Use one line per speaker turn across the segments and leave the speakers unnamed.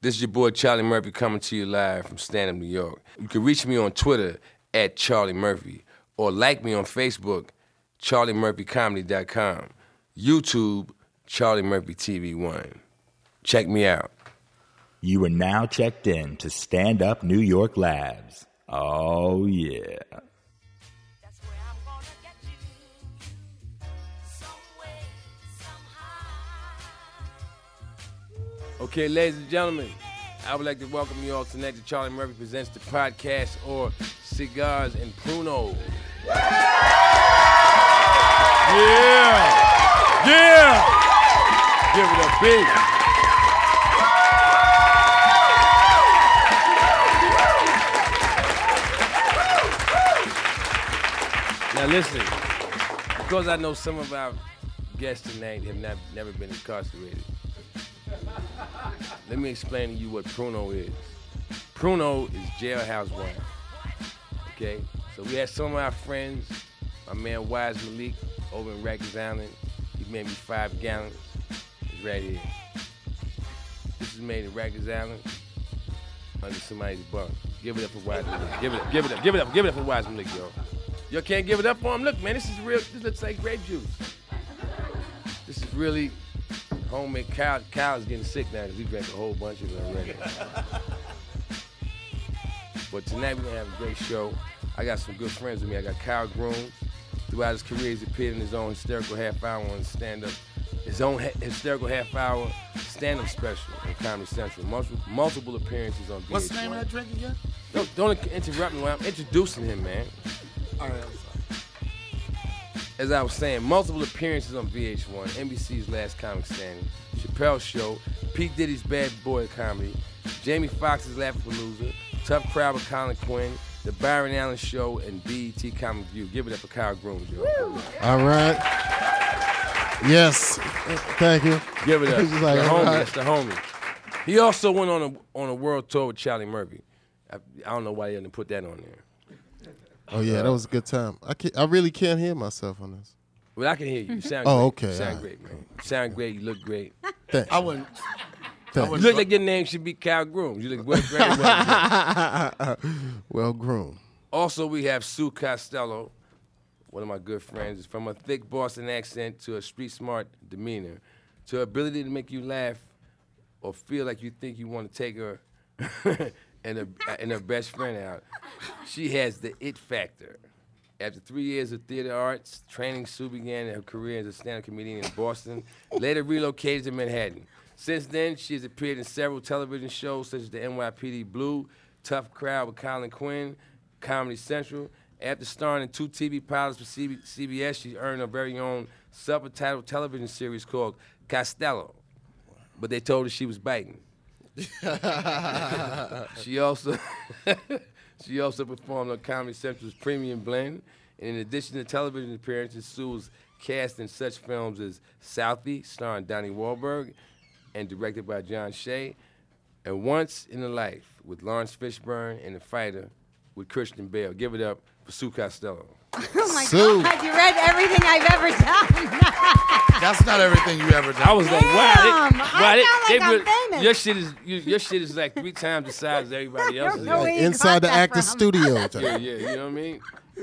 This is your boy Charlie Murphy coming to you live from Stand Up New York. You can reach me on Twitter at Charlie Murphy or like me on Facebook, CharlieMurphyComedy.com, YouTube, Charlie Murphy TV1. Check me out.
You are now checked in to Stand Up New York Labs. Oh, yeah.
That's where I'm gonna get you. Some way, somehow.
Okay, ladies and gentlemen, I would like to welcome you all tonight to Charlie Murphy Presents the Podcast or Cigars and Pruno. Yeah! Yeah! Give it up big. Now listen, because I know some of our guests tonight have not, never been incarcerated. Let me explain to you what Pruno is. Pruno is jailhouse wine. Okay? So we had some of our friends, my man Wise Malik over in Rikers Island. He made me five gallons. It's right here. This is made in Rikers Island under somebody's bunk. Give it up for Wise Malik. Give it up, give it up, give it up, give it up for Wise Malik, yo. Y'all can't give it up for him. Look, man, this is real. This looks like grape juice. This is really homemade cow. Cow's getting sick now because we drank a whole bunch of it already. but tonight we're gonna have a great show. I got some good friends with me. I got Kyle Groom. Throughout his career, he's appeared in his own hysterical half hour on stand up, his own hy- hysterical half hour stand up special on Comedy Central. Multiple, multiple appearances on VH1.
What's the name of that drink again?
No, don't interrupt me when I'm introducing him, man.
All right, I'm sorry.
as I was saying, multiple appearances on VH1, NBC's Last Comic Standing, Chappelle's Show, Pete Diddy's Bad Boy Comedy, Jamie Foxx's Loser, Tough Crowd with Colin Quinn, The Byron Allen Show, and BET Comic View. Give it up for Kyle Groom, yo.
All right. Yes. Thank you.
Give it up.
It's just like,
the homie,
all right.
that's the homie. He also went on a on a world tour with Charlie Murphy. I, I don't know why he didn't put that on there,
Oh yeah, that was a good time. I can I really can't hear myself on this.
but I can hear you. You sound
Oh,
great. You
okay,
sound
all
great, man. You sound great. You look great.
Thank
I wouldn't.
thank
You look like your name should be Kyle Groom. You look well, very well. groomed.
well groomed.
Also, we have Sue Costello, one of my good friends. From a thick Boston accent to a street smart demeanor, to her ability to make you laugh or feel like you think you want to take her and, her and her best friend out, she has the it factor. After three years of theater arts training, Sue began her career as a stand-up comedian in Boston, later relocated to Manhattan. Since then, she has appeared in several television shows such as the NYPD Blue, Tough Crowd with Colin Quinn, Comedy Central. After starring in two TV pilots for CB- CBS, she earned her very own subtitled television series called Costello. But they told her she was biting. She also she also performed on Comedy Central's Premium Blend. And in addition to television appearances, Sue was cast in such films as Southie, starring Donnie Wahlberg, and directed by John Shea, and Once in a Life with Lawrence Fishburne and The Fighter with Christian Bale. Give it up for Sue Costello.
Oh my
Sue.
God, you read everything I've ever done.
That's not everything you ever done.
I was like, wow, they,
Damn,
wow,
I
they,
sound
they
like I'm
really-
famous.
your shit is you, your shit is like three times the size of everybody else's.
No, Where you
Inside
got
the
that
actor
from?
studio.
Yeah, yeah, you know what I mean?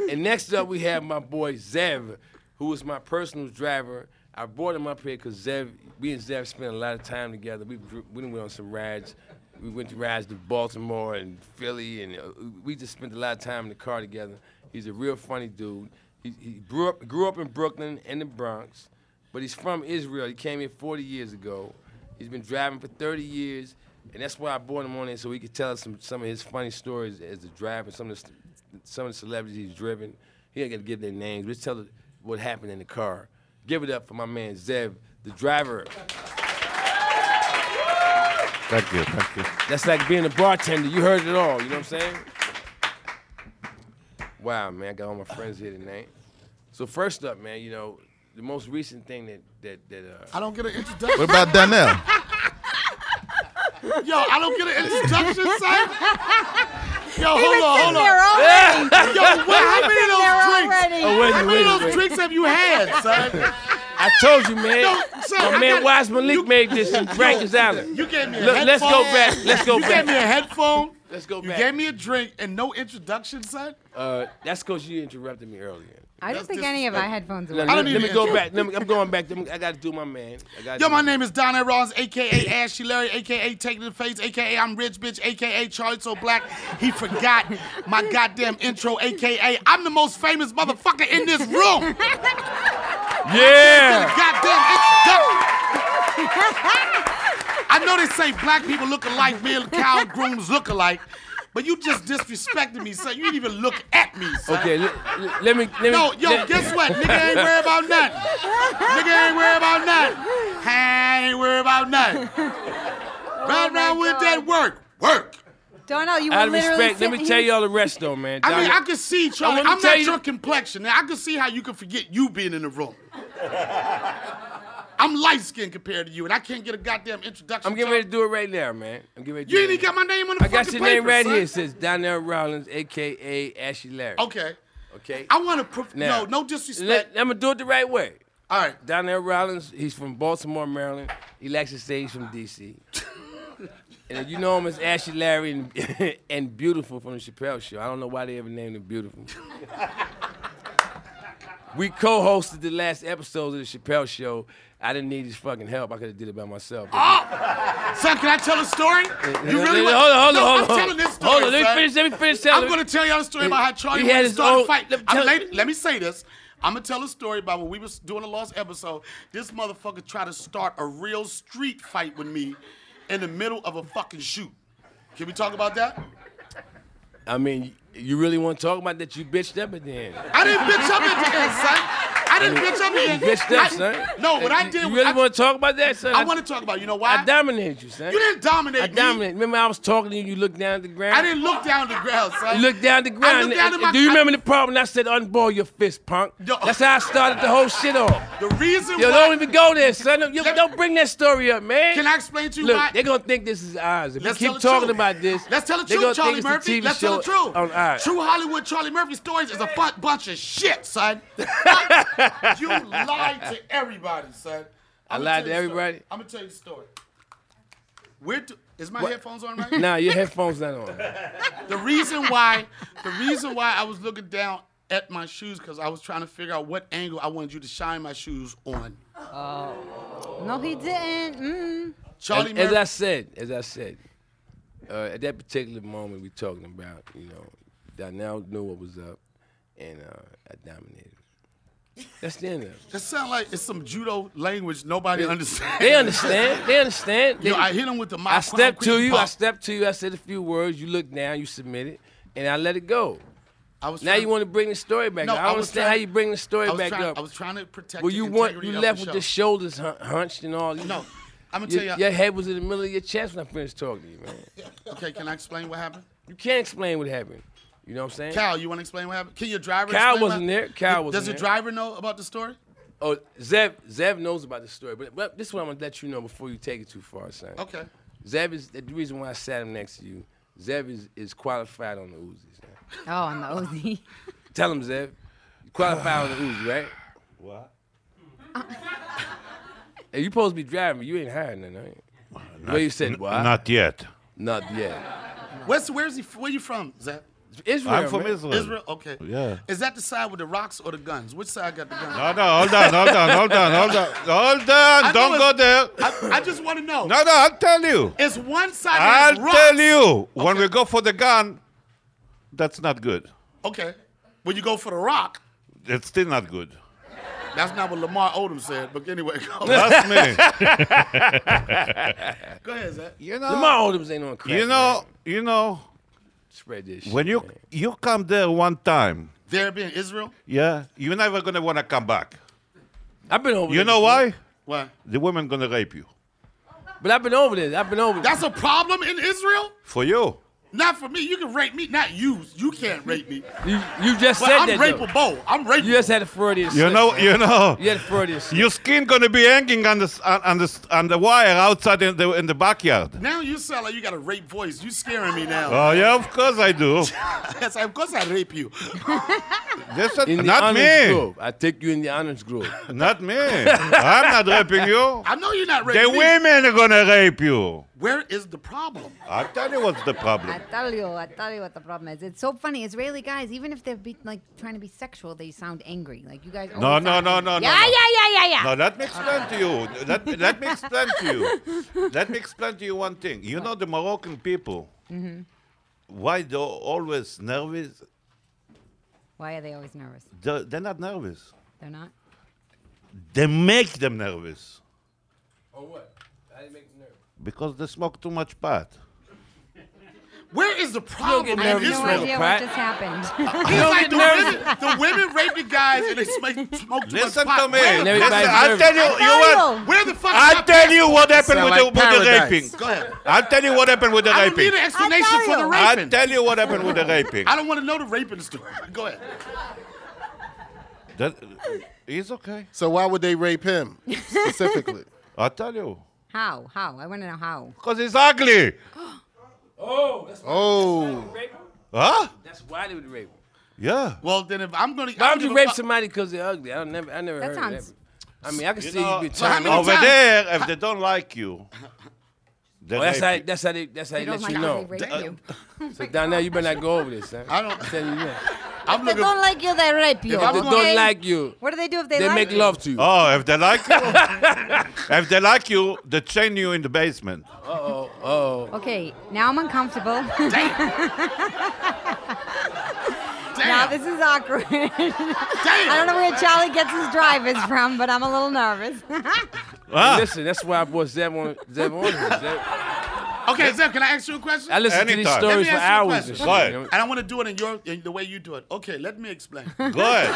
And next up, we have my boy Zev, who is my personal driver. I brought him up here because Zev, we and Zev spent a lot of time together. We, dr- we done went on some rides. We went to rides to Baltimore and Philly, and uh, we just spent a lot of time in the car together. He's a real funny dude. He, he grew, up, grew up in Brooklyn and the Bronx, but he's from Israel. He came here 40 years ago. He's been driving for 30 years, and that's why I brought him on here so he could tell us some, some of his funny stories as a driver, some of the st- some of the celebrities he's driven. He ain't gonna give their names. Just tell us what happened in the car. Give it up for my man Zev, the driver.
Thank you, thank you.
That's like being a bartender. You heard it all. You know what I'm saying? Wow, man, I got all my friends here tonight. So first up, man, you know the most recent thing that that that uh,
I don't get an introduction.
What about Donnell?
Yo, I don't get an introduction, son. Yo,
He was
hold
sitting
on, hold on.
there already.
Yo, what, how many
There
of those drinks?
already.
Oh, wait a
How
minute, wait a
many of those
minute.
drinks have you had, son?
I told you, man.
son,
My
I
man
gotta-
Wise Malik made this in Rikers Island.
You gave me a
Look,
headphone.
let's go back. Let's go
you
back.
gave me a headphone.
Let's go
you
back.
You gave me a drink and no introduction, son.
uh, that's because you interrupted me earlier.
I don't
That's
think any of our headphones
Let,
are
me-
I
working.
don't need
let
to
me go
answer.
back. Let me, I'm going back. Let me- I got to do my man. I gotta
Yo,
do
my name is Donnell Rollins, aka Ashley Larry, aka Take It to the Face, aka I'm Rich Bitch, aka Charlie So Black. He forgot my goddamn intro, aka I'm the most famous motherfucker in this room.
Yeah.
Goddamn introduction. I know they say black people look alike, male cow grooms look alike, but you just disrespected me, son. You didn't even look at me, son.
Okay. Let, let- let me. Let me.
No, yo,
let-
guess what? Nigga ain't worried about nothing. Nigga ain't worried about nothing. I ain't worried about nothing.
Oh
Right now with that work, work.
Donnell, you
Out
were
of
literally
respect, let me
sitting
tell
here-
y'all the rest though, man.
I mean,
Donnell-
I could see, Charlie.
Oh, let me
I'm
tell
not
you-
your complexion. Now, I could see how you could forget you being in the room. I'm light skinned compared to you, and I can't get a goddamn introduction.
I'm getting
Charlie.
ready to do it right now, man. I'm getting ready. To
You
do
ain't
it
even got
right
my name on
now.
the
I got
fucking
your
paper,
name right
son.
here. It says Donnell Rollins, aka Ashley Larry.
Okay.
Okay.
I want to. Prof-
Now,
no, no disrespect.
Let, I'm gonna do it the right way.
All right.
Donnell Rollins, he's from Baltimore, Maryland. He likes to say he's from DC. and you know him as Ashley Larry and, and Beautiful from the Chappelle Show. I don't know why they ever named him Beautiful. we co-hosted the last episode of the Chappelle Show. I didn't need his fucking help. I could have did it by myself.
Ah! Son, can I tell a story? You really
Uh, hold on,
want?
hold on,
no,
hold
I'm
on.
telling this story.
Hold on, let me
son.
finish. Let me finish telling.
I'm gonna tell y'all a story about how Charlie
He
went
had
and
his
started
own-
a fight. Let,
tell-
I'm late- let me say this. I'm gonna tell a story about when we was doing the last episode. This motherfucker tried to start a real street fight with me in the middle of a fucking shoot. Can we talk about that?
I mean, you really want to talk about that? You bitched up at the end.
I didn't bitch up at the end, son. I didn't bitch up at the
You
end.
bitched up,
I-
son.
No, what I
You-
did
You
was
really
I,
want to talk about that, son?
I want to talk about. You know why?
I dominated you, son.
you didn't dominate
I
me.
dominated. Remember, I was talking to you. You looked down at the ground.
I didn't look down the ground, son.
You looked down at the ground.
I looked down at
and-
my-
Do you
I-
remember the problem? I said, "Unball your fist, punk."
Yo.
That's how I started the whole shit off.
The reason
Yo,
why.
don't even go there, son. Don't- You,
Let-
don't bring that story up, man.
Can I explain to you
Look,
why?
they're gonna think this is ours. If
Let's
we
tell
keep
the
talking
truth.
about this,
Let's tell the
they
truth,
gonna
Charlie
think it's a
Murphy.
TV
Let's tell the
show
truth.
On ours.
True Hollywood Charlie Murphy stories is a fu- bunch of shit, son. Fuck. you lied to everybody, son.
I lied to everybody?
I'm gonna tell you the story. Where do, is my headphones on right?
Nah, your headphones not on.
The reason why, the reason why I was looking down at my shoes because I was trying to figure out what angle I wanted you to shine my shoes on.
No, he didn't. Mm.
Charlie
as, as
Murphy.
I said, as I said, uh, at that particular moment we're talking about, you know, Donnell knew what was up, and uh, I dominated. That's the end of it.
that sound like it's some judo language nobody understands.
They understand. They understand. They-
Yo, I hit him with the mic.
I stepped to you. I stepped to you. I said a few words. You looked down. You submitted, and I let it go.
I was
Now
trying-
you want to bring the story back.
No,
up. I
I
don't
was
understand
trying-
how you bring the story
I was
back
trying,
up.
I was trying to protect.
well,
the
you want
integrity
you
of
left
the
with your
show.
shoulders hun- hunched and all.
No, I'm gonna
Your,
tell you.
your head was in the middle of your chest when I finished talking to you, man.
Okay, can I explain what happened?
You can't explain what happened. You know what I'm saying?
Cal, you want to explain what happened? Can your driver?
Cal
explain what
wasn't there.
happened?
Cal
Does
wasn't
the
there.
driver know about the story?
Oh, Zev, Zev knows about this story, but, but this is what I'm gonna let you know before you take it too far, son.
Okay.
Zev is the reason why I sat him next to you. Zev is, is qualified on the Uzis. son.
Oh, on the OZ.
Tell him, Zev. You qualify on the Uzi, right? What? hey, you supposed to be driving. You ain't hiring none, right? Well, you said what?
Not yet.
Not yet.
Where's where's he? Where you from? Is that
Israel.
I'm from
man.
Israel.
Israel? Okay.
Yeah.
Is that the side with the rocks or the guns? Which side got the guns?
No, no, hold on, hold on, hold on, hold on, hold
know
on. Don't go
it's-
there.
I, I just want to know.
No, no, I'll tell you.
It's one side that
I'll
has rocks.
tell you. When we go for the gun, that's not good.
Okay. When you go for the rock,
It's still not good.
that's not what Lamar Odom said. But anyway, go,
Trust me.
go ahead, Zach.
You know.
Lamar Odoms ain't on crack.
you know. You know.
spread this.
When
shit,
you
man.
you come there one time,
There being Israel.
yeah, you're never gonna wanna come back.
I've been over.
You
there
know
before,
why?
What?
The women gonna rape you.
But I've been over this. I've been over. this.
That's a problem in Israel.
For you.
Not for me. You can rape me. Not you. You can't rape me.
You, you just
But
said
I'm
that. though.
rapeable. I'm rapeable.
You just had a Freudian
You
slip,
know,
man.
you know.
You had a Freudian slip.
Your skin gonna be hanging on the s- on, on the s- on the wire outside in the in the backyard.
Now you sound like you got a rape voice. You scaring me now.
Oh yeah, of course I do.
yes, of course I rape you.
That's a-
in the
not
honors
me.
group. I take you in the honors group.
Not me. I'm not raping you.
I know you're not
The
raping me.
women are gonna rape you.
Where is the problem?
I tell you what's the
I
problem.
tell you, I tell you what the problem is. It's so funny. Israeli guys, even if they're be, like trying to be sexual, they sound angry. Like you guys.
No,
always
no,
sound
no,
angry.
no, no,
Yeah,
no.
yeah, yeah, yeah, yeah.
Now let me explain to you. Let, let me explain to you. Let me explain to you one thing. You know the Moroccan people. Why they're always nervous?
Why are they always nervous?
They're, they're not nervous.
They're not.
They make them nervous
Or what? I didn't make nervous.
because they smoke too much pot.
Where is the problem
get
in
nervous,
I have
Israel?
no
Israel,
idea
Pat.
what just happened.
It's like the women, the women rape the guys and they smoke, smoke too
Listen
much pot.
to me.
Where, the-
Everybody's
Listen, I'll
nervous.
tell you. You what?
where the fuck? is
I'll
my
tell
pants?
you what happened
Sound
with the,
like
with the
paradise.
raping.
Go ahead.
I'll tell you what happened with the
I don't need
raping.
an explanation
tell
for the
you.
I'll
raping.
tell you what happened with the raping.
I don't want to know the raping story. Go ahead.
That, it's okay.
So why would they rape him specifically?
I'll tell you.
how? How? I want to know how.
Because it's ugly.
Oh, that's
oh,
rape.
Huh?
That's why they would rape. Them.
Yeah.
Well, then if I'm gonna,
Why
I
would
don't
you
give a
rape
fuck.
somebody because they're ugly? I don't never, I never
That
heard
sounds-
of that. I mean, I can see
know,
you be
So how
turned
many
off.
Over
times-
there, if they don't like you, they
Oh, that's how,
rape
that's how they, that's how they, uh,
They don't
let
like
you
how they
know.
rape you.
So down there, you better not go over this, son.
I don't-
I'm telling you that.
I'm
They
looking.
don't like you. They rape you.
If I'm
They
Okay.
don't like you.
What do they do if they,
They
like
make
you?
love to you.
you.
Uh-huh.
Oh, if they like you, if they like you, they chain you in the basement.
Okay, now I'm uncomfortable. now
Damn.
this is awkward. I don't
Damn.
know where Charlie gets his drivers from, but I'm a little nervous.
Uh,
Ah,
Listen, that's why I brought Zev on. Zev on here. Zev,
Okay, Zeb, can I ask you a question?
I
And
listen to these
Anytime.
stories
Let
for
me ask you a
hours and
question.
shit.
Go
you know?
I want to do it in your in the way you do it. Okay, let me explain.
go ahead.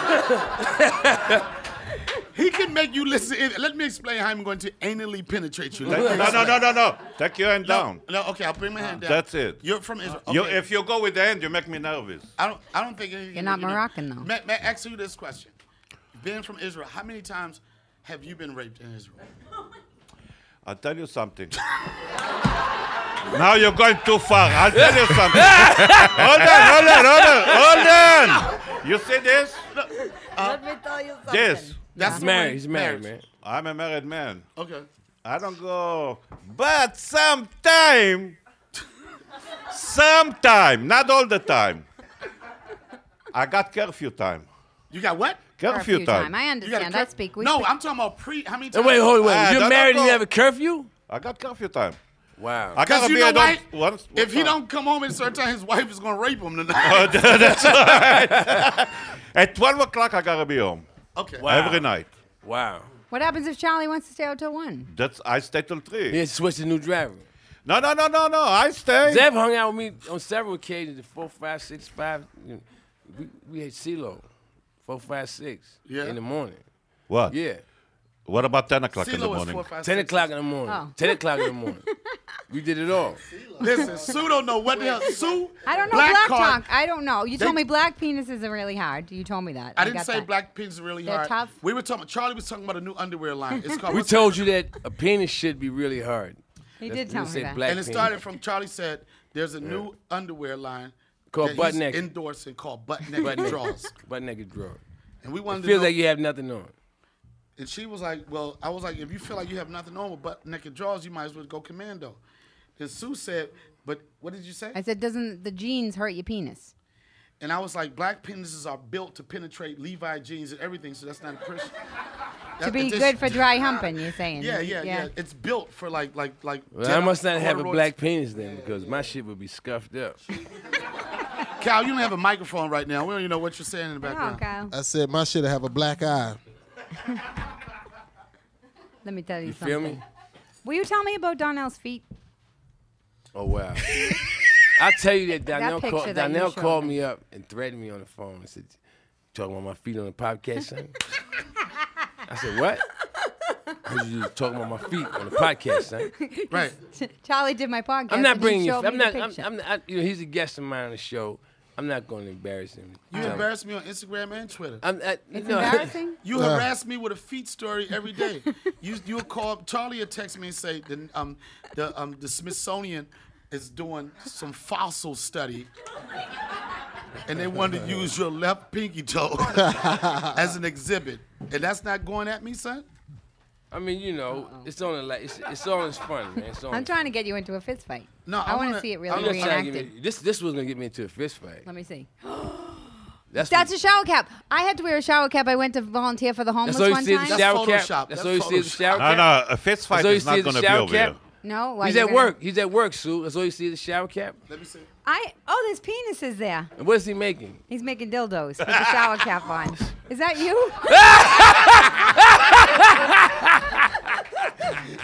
He can make you listen. In, let me explain how I'm going to anally penetrate you. Let me
No, no,
explain.
no, no, no. Take your hand down. Uh,
No, okay, I'll bring my hand down.
That's it.
You're from Israel. Okay.
You, if you go with the hand, you make me nervous.
I don't, I don't think anything.
You're not
you know-
Moroccan, though.
May, may I ask you this question? Being from Israel, how many times have you been raped in Israel?
I'll tell you something. now you're going too far. I'll tell you something. hold on, hold on, hold on, hold on. You see this?
Let me tell you something.
This.
That's
He's
the
married.
way-
He's married, man.
I'm a married man.
Okay.
I don't go. But sometime, sometime, not all the time. I got curfew time.
You got what?
For a
Curfew,
few
time.
time. I
You got a
understand. I
cur-
speak. We
no,
speak.
I'm talking about pre. How many
Hey,
times?
wait, hold on. Wait.
Ah,
You're
don't
married and you
go.
have a curfew?
I got curfew time.
Wow.
I gotta
Because you
be
know
at home
why?
once-
if he
once-
don't come home at a certain time, his wife is gonna rape him
Uh,
tonight.
At 12 o'clock, I gotta be home
okay.
Wow.
every night.
wow.
what happens if Charlie wants to stay out till one?
That's I stay till three.
He had to switch to new driver.
No, no, no, no, no. I stay.
Zev hung out with me on several occasions. at Four, five, six, five. you know, We, we had CeeLo. Four, five, six.
Yeah.
In the morning.
What?
Yeah.
What about ten o'clock in the
CeeLo is
morning?
four, five,
Ten
six.
o'clock in the morning.
Oh.
Ten o'clock in the morning. we did it all.
Listen, Sue don't know what the hell. Sue.
I don't know black, talk.
card-
I don't know. You told me
They-
black penises are really hard. You told me that.
I didn't
got
say
that.
black pins really
They're
hard.
tough.
We were talking. Charlie was talking about a new underwear line. It's called.
We told you that a penis should be really hard.
He
That's-
did tell
we
me
said
that.
black
and it
penis.
started from Charlie said there's a new underwear line
Called
that
butt
he's
naked.
endorsing called butt
Butt
naked
naked.
draws.
butt naked draw.
And we wanted to
Feels
know,
like you have nothing on.
and she was like, well, I was like, if you feel like you have nothing on with butt naked draws, you might as well go commando. Then Sue said, but what did you say?
I said, doesn't the jeans hurt your penis?
And I was like, black penises are built to penetrate Levi jeans and everything, so that's not a Christian.
To be good for dry humping, you're saying.
Yeah, yeah, yeah, It's built for like, like, like.
Well, I
Jedi
must not have a
corduroys.
black penis then because my shit would be scuffed up.
Cal, you don't have a microphone right now. We don't even know what you're saying in the
Come on,
background.
Oh, Kyle.
I said my shit have a black eye.
Let me tell you,
You
something.
feel me?
Will you tell me about Donnell's feet?
Oh wow. I tell you that Donnell,
picture
called,
that you
Donnell
showed
called
me.
me up and threatened me on the phone and said, "You talking about my feet on the podcast, son?" I said, "What?" I was just talking about my feet on the podcast, son.
Right.
Charlie did my podcast.
I'm not
and he
bringing. Your,
showed me
I'm
the
not. I'm,
picture.
I'm not. You know, he's a guest of mine on the show. I'm not going to embarrass him.
You
Um,
embarrass me on Instagram and Twitter.
I'm. I,
it's
no.
embarrassing.
You harass me with a feet story every day. you you call Charlie or text me and say the um the um the Smithsonian is doing some fossil study. And they wanted to use your left pinky toe as an exhibit. And that's not going at me, son?
I mean, you know, it's on. A, like, it's, it's all. It's fun, man. It's on.
I'm trying to get you into a fist fight.
No,
I,
I
want to
wanna-
see it
I'm
You
really
know, trying to get
reenacted.
me, this this was gonna get me into a fist fight.
Let me see.
That's
That's
what-
a shower cap. I had to wear a shower cap. I went to volunteer for the homeless
that's all you
one
see is
time.
the
That's
shower
Photoshop.
cap. That's
That's
all you see is the
Photoshop.
shower
No,
cap.
no, a fist
That's
fight
all you
is
see
not
is the
going to be
shower
over
cap.
here.
no, why,
He's
you're
at
gonna-
work. He's at work, Sue. That's all you see is the shower cap.
Let me see.
I oh, there's penises there.
And what is he making?
He's making dildos with the shower cap on. Is that you?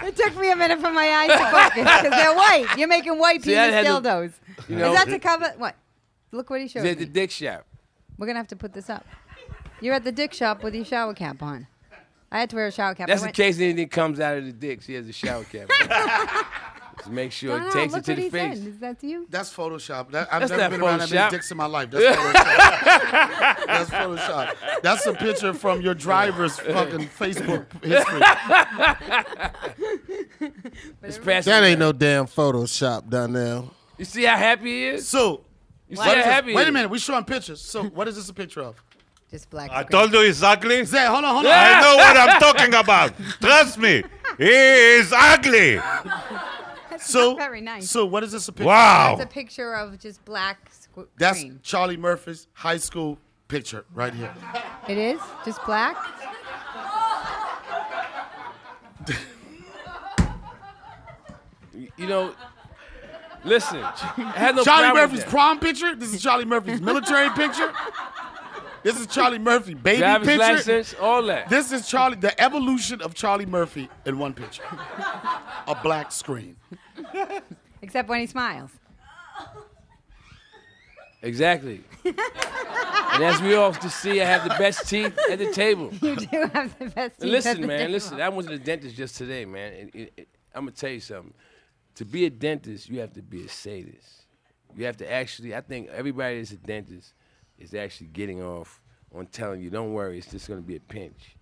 it took me a minute for my eyes to focus because they're white. You're making white
See, I
penis
had to-
dildos.
you know-
Is that to cover what? Look what he showed
He's at the
me.
dick shop.
We're gonna have to put this up. You're at the dick shop with your shower cap on. I had to wear a shower cap. I
That's in
went-
case anything comes out of the dick. She has a shower cap. Just make sure
No,
it
no,
takes
look
it to
what
the
he said.
face.
Is that you?
That's Photoshop. That, I've
That's
never
not
been around that
Photoshop.
many dicks in my life. That's Photoshop. That's Photoshop. That's a picture from your driver's fucking Facebook history.
It's past
That ain't no damn Photoshop, Donnell.
You see how happy he is?
So,
You see
what
how
is this-
happy he
wait
is?
a minute. We're showing pictures. So, what is this a picture of?
Just black.
I
screen.
told you he's ugly.
Zay, hold on, hold on.
I know what I'm talking about. Trust me. He is ugly.
So,
Not very nice.
So, what is this a picture?
Wow.
It's a picture of just black squ-
That's
screen.
Charlie Murphy's high school picture right here.
It is just black.
You know, listen. I had no
Charlie
problem with
Murphy's
that.
prom picture. This is Charlie Murphy's military picture. This is Charlie Murphy baby
driver's
picture.
license, all that.
This is Charlie, the evolution of Charlie Murphy in one picture. A black screen.
Except when he smiles.
exactly. and as we all to see, I have the best teeth at the table.
You do have the best. teeth at
Listen,
the
man.
table.
Listen, I went to the dentist just today, man. And it- it- I'm gonna tell you something. To be a dentist, you have to be a sadist. You have to actually. I think everybody that's a dentist is actually getting off on telling you, "Don't worry, it's just gonna be a pinch."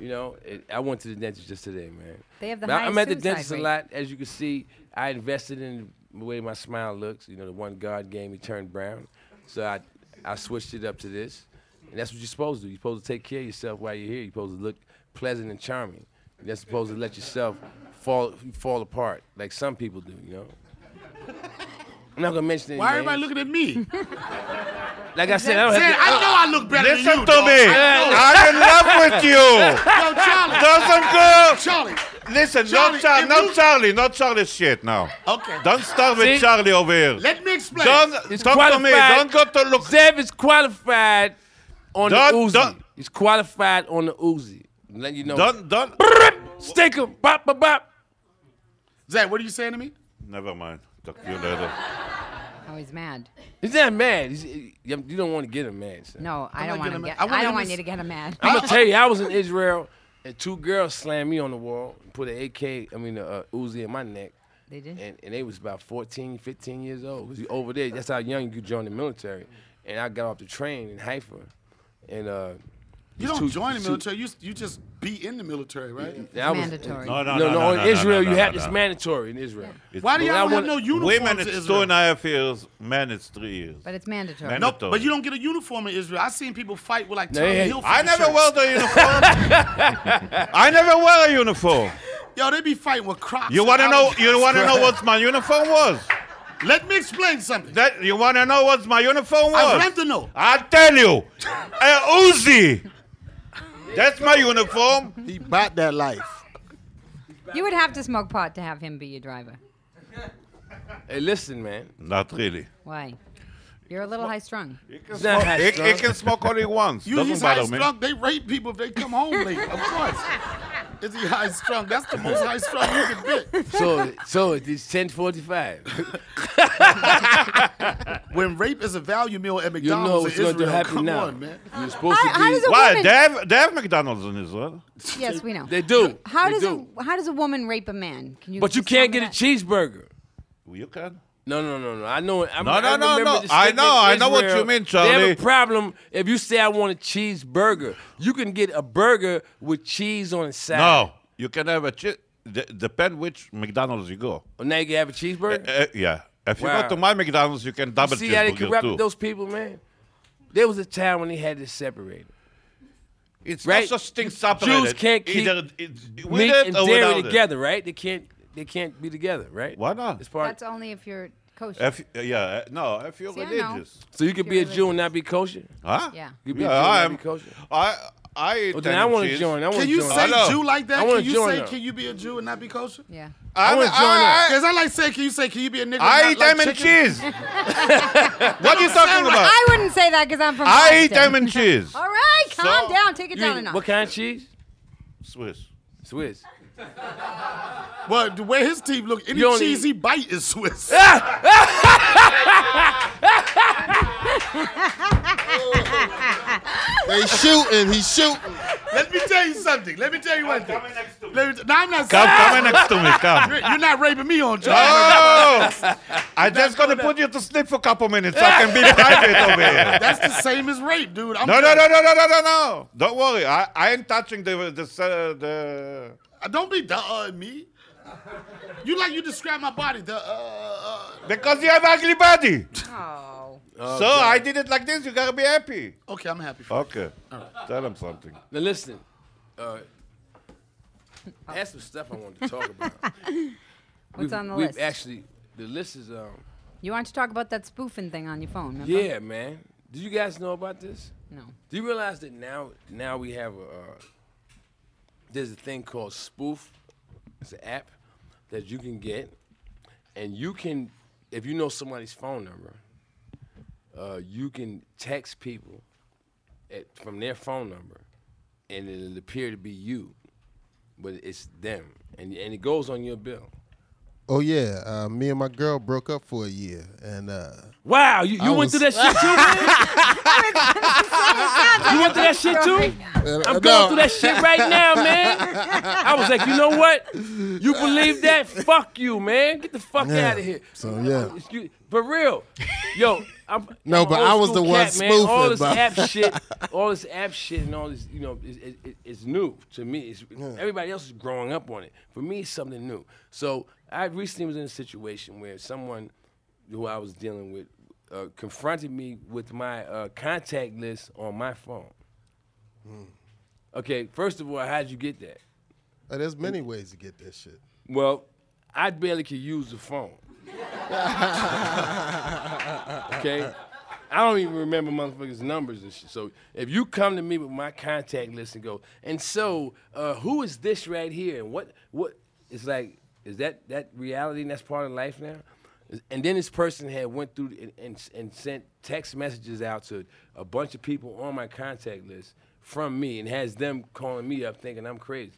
You know, it, I went to the dentist just today, man.
They have the
But I- I'm
highest
at the
suicide
dentist a
rate.
lot, as you can see. I invested in the way my smile looks. You know, the one God gave me turned brown, so I I switched it up to this, and that's what you're supposed to do. You're supposed to take care of yourself while you're here. You're supposed to look pleasant and charming. You're not supposed to let yourself fall fall apart like some people do. You know. I'm not gonna mention any
Why
names.
everybody looking at me? Zay,
Like I said, I don't have to.
I know I look better than
Listen
you.
to
dog.
me.
I
I'm in love with you.
know. Yo, Charlie.
Doesn't go.
Charlie.
Listen,
Charlie,
not, Char-
if
not
you-
Charlie, not Charlie shit now.
Okay.
Don't start with
See?
Charlie over here.
Let me explain.
Don't
It's
talk to me.
qualified.
Don't go to look.
Zev is qualified on the
Don't-
Uzi.
don't-
He's qualified on the Uzi. I'm letting you know.
Don't, don't.
Stick him. Bop, bop, bop.
Zay, what are you saying to me?
Never mind. Talk to you later.
Oh, he's mad.
He's not mad. He's, you you don't want to get him mad. Son.
No, I
not
don't want
getting
him.
mad.
Get,
I
I,
wanna
don't
hear
want
this-
you to get him mad.
I'm gonna tell you, I was in Israel and two girls slammed me on the wall and put an AK, I mean, a uh, Uzi in my neck.
They did?
And, and they was about 14, 15 years old. 'Cause you over there, that's how young you could join the military. And I got off the train in Haifa, and uh, these
You don't
two-
join the
two-
military. You, you just be in the military, right?
I was-
Mandatory.
No, no,
No,
no,
no, in Israel you
no, no,
have
no.
it's mandatory in Israel.
Why
But
do y'all
I
have
wanna-
no uniforms?
Women,
in
it's
Israel?
two and a half years. Men, it's three years.
but it's mandatory.
Man-
Nope,
Mandatory.
but you don't get a uniform in Israel. i seen people fight with like
No,
Tommy
yeah.
Hilfiger
I never
shirts.
wear the uniform. I never wear a uniform.
Yo, they be fighting with Crocs.
You
and
wanna know?
Adidas.
You wanna know what my uniform was?
Let me explain something.
That you wanna know what my uniform was?
I want to know.
I tell you, a Uzi. That's my uniform.
He bought that life.
you would have to smoke pot to have him be your driver.
Hey, listen, man.
Not really.
Why? You're a little high strung.
It's not
He,
high
he can smoke only once.
You
Doesn't
he's high
bother me.
drunk. They rape people if they come home late. Of course. Is he high strung? That's the most high strung you can be.
So, so it's ten forty-five.
When rape is a value meal at McDonald's
You know
in
what's
Israel,
going to happen
come
now.
on, man.
You're supposed
How-
to be.
how does a
Why?
woman-
They have, they have McDonald's in Israel.
Yes, we know.
they do.
How
They
does
do.
a how does a woman rape a man? Can you
But you
just tell
can't
me
get a
that?
cheeseburger.
You can.
No, no, no, no. I know. I,
No,
I
no, no,
remember
no.
the shit
I know,
in
I know what you
Israel.
mean,
They
Charlie.
have a problem if you say I want a cheeseburger. You can get a burger with cheese on the side.
No, you can have a cheese. De- depend which McDonald's you go.
Oh, now you can have a cheeseburger.
Uh, yeah. If you
Wow.
go to my McDonald's, you can double
See how they can
cheeseburger
rap
too.
those people, man. There was a time when they had to separate.
it's
right?
not such things separated.
Jews can't keep
Either it's with
Meat
it
and
or
dairy
without it.
together, right? They can't. They can't be together, right?
Why not?
It's part.
That's only if you're kosher.
If, uh, yeah, uh, no, if you're
See, I know.
religious.
so you could be a Jew and not be kosher.
Huh?
Yeah.
You could be
Yeah,
a Jew
I
and
am.
not be kosher.
I, I eat
Well, then
ham
I
and
want to
cheese.
join. I want
Can
to
you
join.
say
know.
Jew like
I
that?
wanna
Can you
join
say
her.
can you be a Jew and not be kosher?
yeah.
I,
wanna join
I-
Cause I like saying can you say can you be a nigga? and
I
not
eat
like
ham and
chicken?
cheese. what are you talking about?
I wouldn't say that because I'm from.
I eat
Boston.
ham and cheese.
All right, calm
So-
down. Take it
You
down
eat-
a notch.
what kind of cheese?
Swiss.
Swiss.
Well, the way his teeth look, any
You don't
cheese
eat-
he bite is Swiss.
They shooting. He's shooting.
Let me tell you something. Let me tell you one thing.
next to
Let me t- no, I'm not
Come,
saying
come in next to me. Come.
you're not raping me on John.
Oh! I'm just gonna put you to sleep for a couple minutes so I can be private over here.
That's the same as rape, dude. I'm
No, no, no, no, no, no, no, no. Don't worry. I, I ain't touching the the uh, the.
Uh, Don't be the uh me. You like you describe my body. The uh, uh
Because you have ugly body,
Oh.
so I did it like this. You gotta be happy.
uh. okay, I'm happy. For
Okay, tell him something.
Now listen, uh, I had some stuff I wanted to talk about.
What's on the
we've
list?
Actually, the list is um.
you want to talk about that spoofing thing on your phone? Remember?
Yeah, man. Did you guys know about this?
No.
Do you realize that now? Now we have a. Uh, there's a thing called Spoof. It's an app that you can get, and you can, if you know somebody's phone number, uh, you can text people at, from their phone number, and it'll appear to be you, but it's them, and and it goes on your bill.
Oh yeah, uh, me and my girl broke up for a year, and uh,
Wow, you,
I
you went through that
was-
shit too, man? you went through that shit too?
and- uh,
I'm
no,
going through that shit right now, man. I was like, you know what? You believe that? Fuck you, man. Get the fuck
Yeah.
out of here.
So, yeah.
Excuse- for real. Yo, I'm
No,
I'm an
but
old
I was
school
the one
cat, man. All
spoofing,
this
bro.
app shit, all this app shit, and all this, you know, is it, it, it's new to me. It's, Everybody else is growing up on it. For me, it's something new. So I recently was in a situation where someone who I was dealing with uh, confronted me with my uh, contact list on my phone.
Hmm.
Okay, first of all, how'd you get that?
Uh, there's many ways to get that shit.
Well, I barely could use the phone. okay? I don't even remember motherfuckers' numbers and shit. So if you come to me with my contact list and go, and so uh, who is this right here? And what what it's like, is that that reality and that's part of life now? And then this person had went through and, and, and sent text messages out to a bunch of people on my contact list from me and has them calling me up thinking I'm crazy.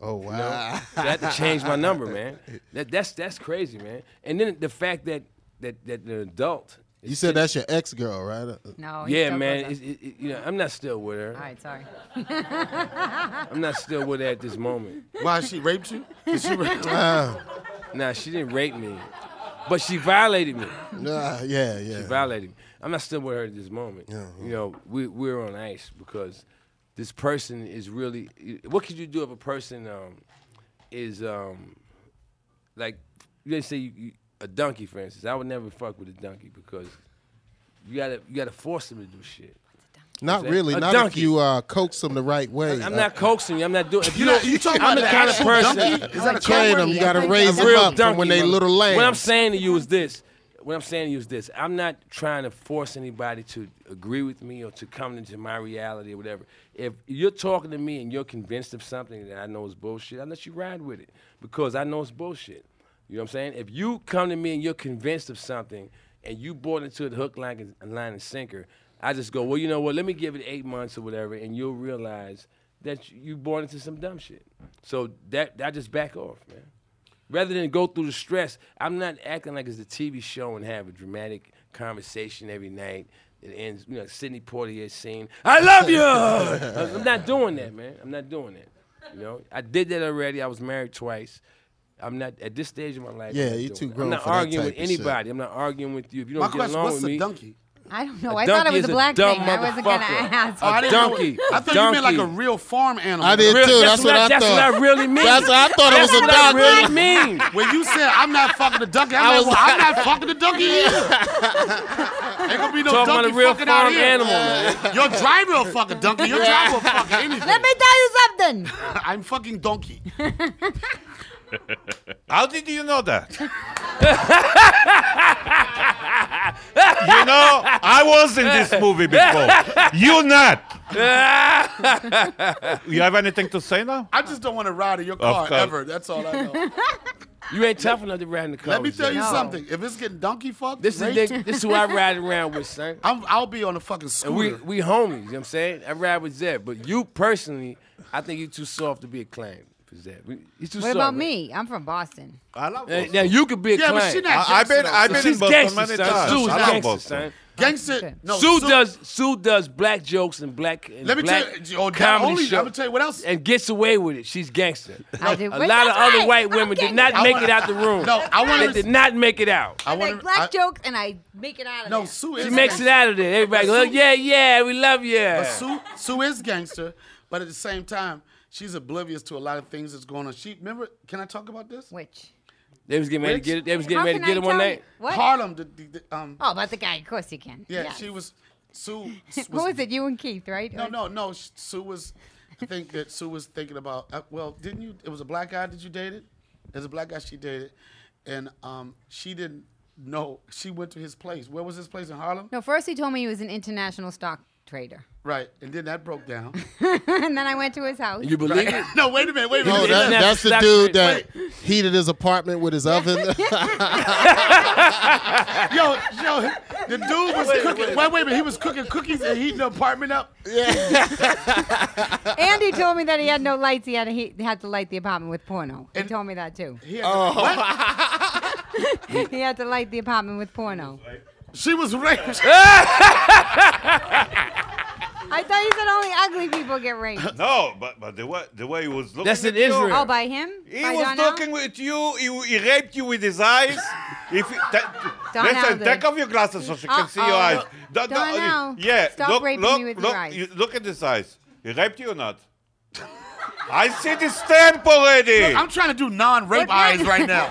Oh wow.
That changed my number, man. That that's that's crazy, man. And then the fact that that that an adult.
You said that's your ex girl, right? Uh,
No. he
Yeah,
still
man.
goes
It's, it, it- you know, I'm not still with
on. All
her.
right, sorry.
I'm not still with her at this moment.
Why she raped you?
Nah, she didn't rape me, but she violated me.
Nah, yeah,
She
yeah.
violated me. I'm not still with her at this moment. You know, we we're on ice because this person is really. What could you do if a person um, is um, like they say you, you, a donkey, for instance? I would never fuck with a donkey because you gotta you gotta force them to do shit.
Not
that-
really.
a
Not
donkey.
if you uh, coax them the right way.
I'm
Uh,
not coaxing you. I'm not doing. If you
You know,
don't,
you talking
I'm the
about
kind of
actual
person.
donkey? Is that a
train
Don't
them.
worry,
You gotta
I think
raise
I'm
them
real
up
donkey,
from when they
mother-
little lambs.
What I'm saying to you is this. What I'm saying to you is this. I'm not trying to force anybody to agree with me or to come into my reality or whatever. If you're talking to me and you're convinced of something that I know is bullshit, I let you ride with it because I know it's bullshit. You know what I'm saying? If you come to me and you're convinced of something and you bought into it hook, line, and- and line and sinker, I just go, well, you know what? Let me give it eight months or whatever, and you'll realize that you born into some dumb shit. So that I just back off, man. Rather than go through the stress, I'm not acting like it's a TV show and have a dramatic conversation every night. It ends, you know, Sidney Poitier scene. I love you. I'm not doing that, man. I'm not doing that. You know, I did that already. I was married twice. I'm not at this stage of my life. I'm
Yeah,
not
you
doing
too
it.
grown
I'm not
for that
arguing
type
with
of shit.
anybody. I'm not arguing with you. If you don't
My
get
question:
along
What's
with
a
me,
donkey?
I don't know. I thought it was
donkey is
a black
dumb
thing. I wasn't gonna
motherfucker.
ask.
A
you.
Oh, I didn't know it-
donkey.
I thought you meant like a
Donkey.
real farm animal.
I did
Real-
too.
that's
That's,
what
what,
I-
I
that's
thought.
what I really mean.
That's what I thought it was a
That's what I
dog.
really mean.
When you said I'm not fucking the donkey, I'm,
I
like,
was-
well, I'm not fucking the donkey either. Ain't gonna be
Talking
no
about
donkey
a real
fucking out
farm
here.
animal, man.
Your driver will fuck a donkey. Your driver will fuck anything.
Let me tell you something.
I'm fucking donkey.
How did you know that? you know, I was in this movie before. You not. you have anything to say now?
I just don't want to ride in your car
course.
ever. That's all I know.
You ain't tough enough to ride in the car.
Let me
with,
tell you
son.
No.
something. If it's getting donkey fucked,
This is
raped,
the- this is who I ride around with, son.
I'm, I'll be on a fucking
And we
scooter.
we homies. You know what I'm saying? I ride with Zeb, but you personally, I think you too soft to be acclaimed for Zeb. We- You too
What
soft.
about
man.
me? I'm from Boston.
I love
Uh, Now you could be
yeah,
acclaimed.
but she not
I, I've been,
gangster,
I've
though.
been in
She's
Boston
gangster,
many
son.
times.
Sue's
I love
gangster,
Boston.
son.
Gangster. No,
Sue does Sue does black jokes and black and
Let me
black
tell you. Oh, that
comedy
only,
show
I'm gonna tell you what else.
and gets away with it. She's gangster.
I do.
A
Wait,
lot of
that's
other
right.
white
I'm
women did
gangster.
not
I
make
wanna-
it out the room.
No, I want
They
to.
did not make it out.
I
I make
want
black
to.
jokes and I make it out of
No,
there.
Sue is.
She makes it
gangster.
out of there. Everybody goes,
Sue-
yeah, yeah, we love you.
But Sue, Sue is gangster, but at the same time, she's oblivious to a lot of things that's going on. She remember? Can I talk about this?
Which?
They was getting ready to
Rich?
get it. They was
How
getting ready to
can
get
I
it one
tell
night.
you- What?
Harlem. The, the, the, um,
Oh, about the guy. Of course you can.
yeah,
Yes.
she was. Sue. s-
Who was it? You and Keith, right?
No,
Or-
no, no. sh- Sue was. I think that Sue was thinking about. Uh, well, didn't you? It was a black guy. Did you date it? There's a black guy she dated, and um, she didn't know. She went to his place. Where was his place in Harlem?
No, first he told me he was an international stock trader.
Right, and then that broke down.
and then I went to his house.
You believe it?
no, wait a minute. Wait a minute.
No,
Wait a
Oh, that,
minute.
that's the
That's-
dude that heated his apartment with his oven.
Yo, yo, the dude was cooking. Wait, wait a minute. He was cooking cookies and heating the apartment up.
and he told me that he had no lights. He had to, he had to light the apartment with porno. He
And-
told me that too. Oh.
He had to- what?
he had to light the apartment with porno.
She was raped.
I thought you said only ugly people get raped.
No, but, but the, way, the way he was looking
That's
at
in
you,
Israel.
Oh, by him?
He
by
was
Donnell?
talking with you. He, he raped you with his eyes. If he, that,
Donnell,
listen,
the-
take off your glasses so she can see your
Uh-oh.
eyes. Don't- don't-
Donnell,
yeah,
stop
look,
raping
look,
me with your
look,
eyes.
You, look at his eyes. He raped you or not? I see the stamp already.
I'm trying to do non-rape
What-
eyes right now.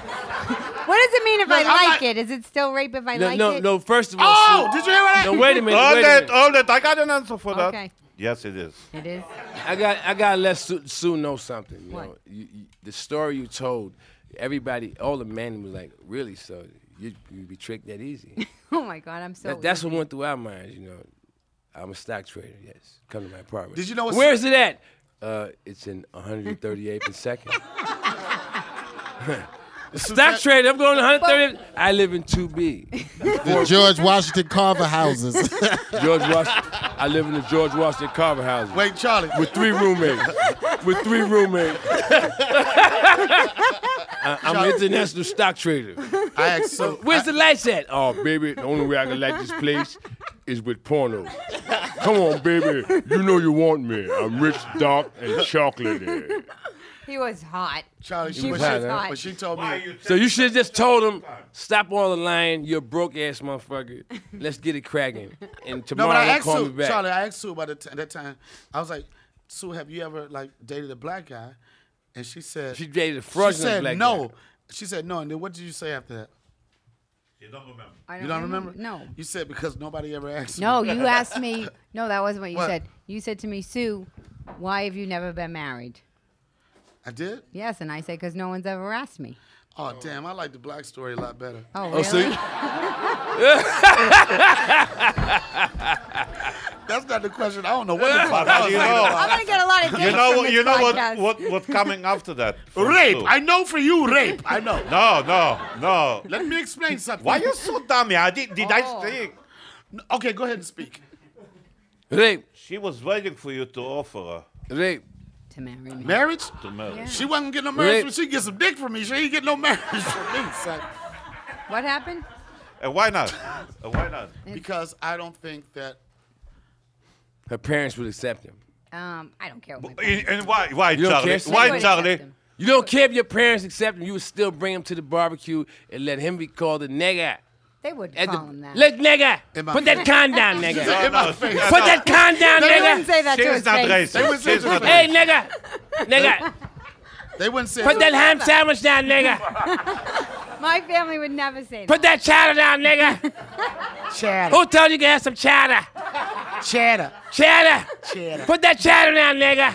What does it mean if I
I'm
like
not-
it? Is it still rape if I
No,
like
no,
it?
no. First of all,
Oh,
Sue-
did you hear what I?
no. Wait a minute.
all
wait a
that,
minute.
all that. I got an answer for that.
Okay.
Yes, it is.
It is.
oh.
I got I gotta let Sue, Sue know something. You
What?
know, you, you, the story you told, everybody, all the men was like, really? So you you be tricked that easy?
Oh my God, I'm so.
That, that's what went through our minds. You know, I'm a stock trader. Yes, come to my apartment.
Did you know what's-
Where's it at? Uh, it's in 138th and second. stock trader. I'm going to 130. I live in 2B.
the George Washington Carver houses.
George Washington. I live in the George Washington Carver house.
Wait, Charlie.
with three roommates. with three roommates. I, am an international stock trader.
I asked Sue.
Where's the lights at? Oh, baby, the only way I can light this place is with porno. Come on, baby. You know you want me. I'm rich, dark, and chocolatey.
He was hot.
Charlie, she,
He
when,
was
she,
hot.
when she told
Why are
me,
you
So you should have just told him, stop all the lying, you broke ass motherfucker. Let's get it cracking. And
no, but
tomorrow
I
you'll
asked
call me
Sue,
back.
Charlie, I asked Sue about it at that time. I was like, Sue, have you ever like dated a black guy? And she said,
She dated a
she
fraudulent
said
black
no.
guy.
She said no. And then what did you say after that?
You don't remember.
I
You don't remember?
No.
You said because nobody ever asked.
No,
me.
you asked me. No, that wasn't what you
What?
said. You said to me, Sue, why have you never been married?
I did.
Yes, and I said, because no one's ever asked me.
Oh damn! I like the black story a lot better.
Oh,
Oh,
really?
so you-
That's not the question. I don't know what the fuck.
How
I was
do you
thinking
know?
about.
I'm gonna get a lot of
You
dates
know
from
what?
this
You know
podcast.
what? What? What coming after that? from
Rape.
Sue?
I know for you, rape. I know.
No, no, no.
Let me explain something.
Why you so dumb? I did. Did
Oh.
I speak?
Okay, go ahead and speak.
rape,
She was waiting for you to offer her.
rape.
to marry me.
Marriage?
to marry.
Yeah.
She wasn't getting no marriage,
Rick.
but she get some dick from me. She ain't getting no marriage from me, son.
What happened?
And Uh, why not? And why not?
Because I don't think that
Her parents would accept him.
Um, I don't care. What my
And, and why, why,
You don't
Charlie?
care,
Why,
Sam?
Charlie?
You don't care if your parents accept him, you would still bring him to the barbecue and let him be called a nigga.
They would
At the-
call him that.
Look, nigga,
In my
put that
face.
con down,
No,
nigga.
In my
no,
face.
no,
Put
no.
that con down,
they wouldn't
nigga.
say that to
She's
his
not
face.
racist. She's not
Hey,
racist.
nigga, nigga,
they wouldn't say
put that ham sandwich down, nigga.
My family would never say that.
Put that chowder down, nigga.
chatter,
Who told you to have some chowder?
chatter,
Chowder.
chatter.
Put that chowder down, nigga.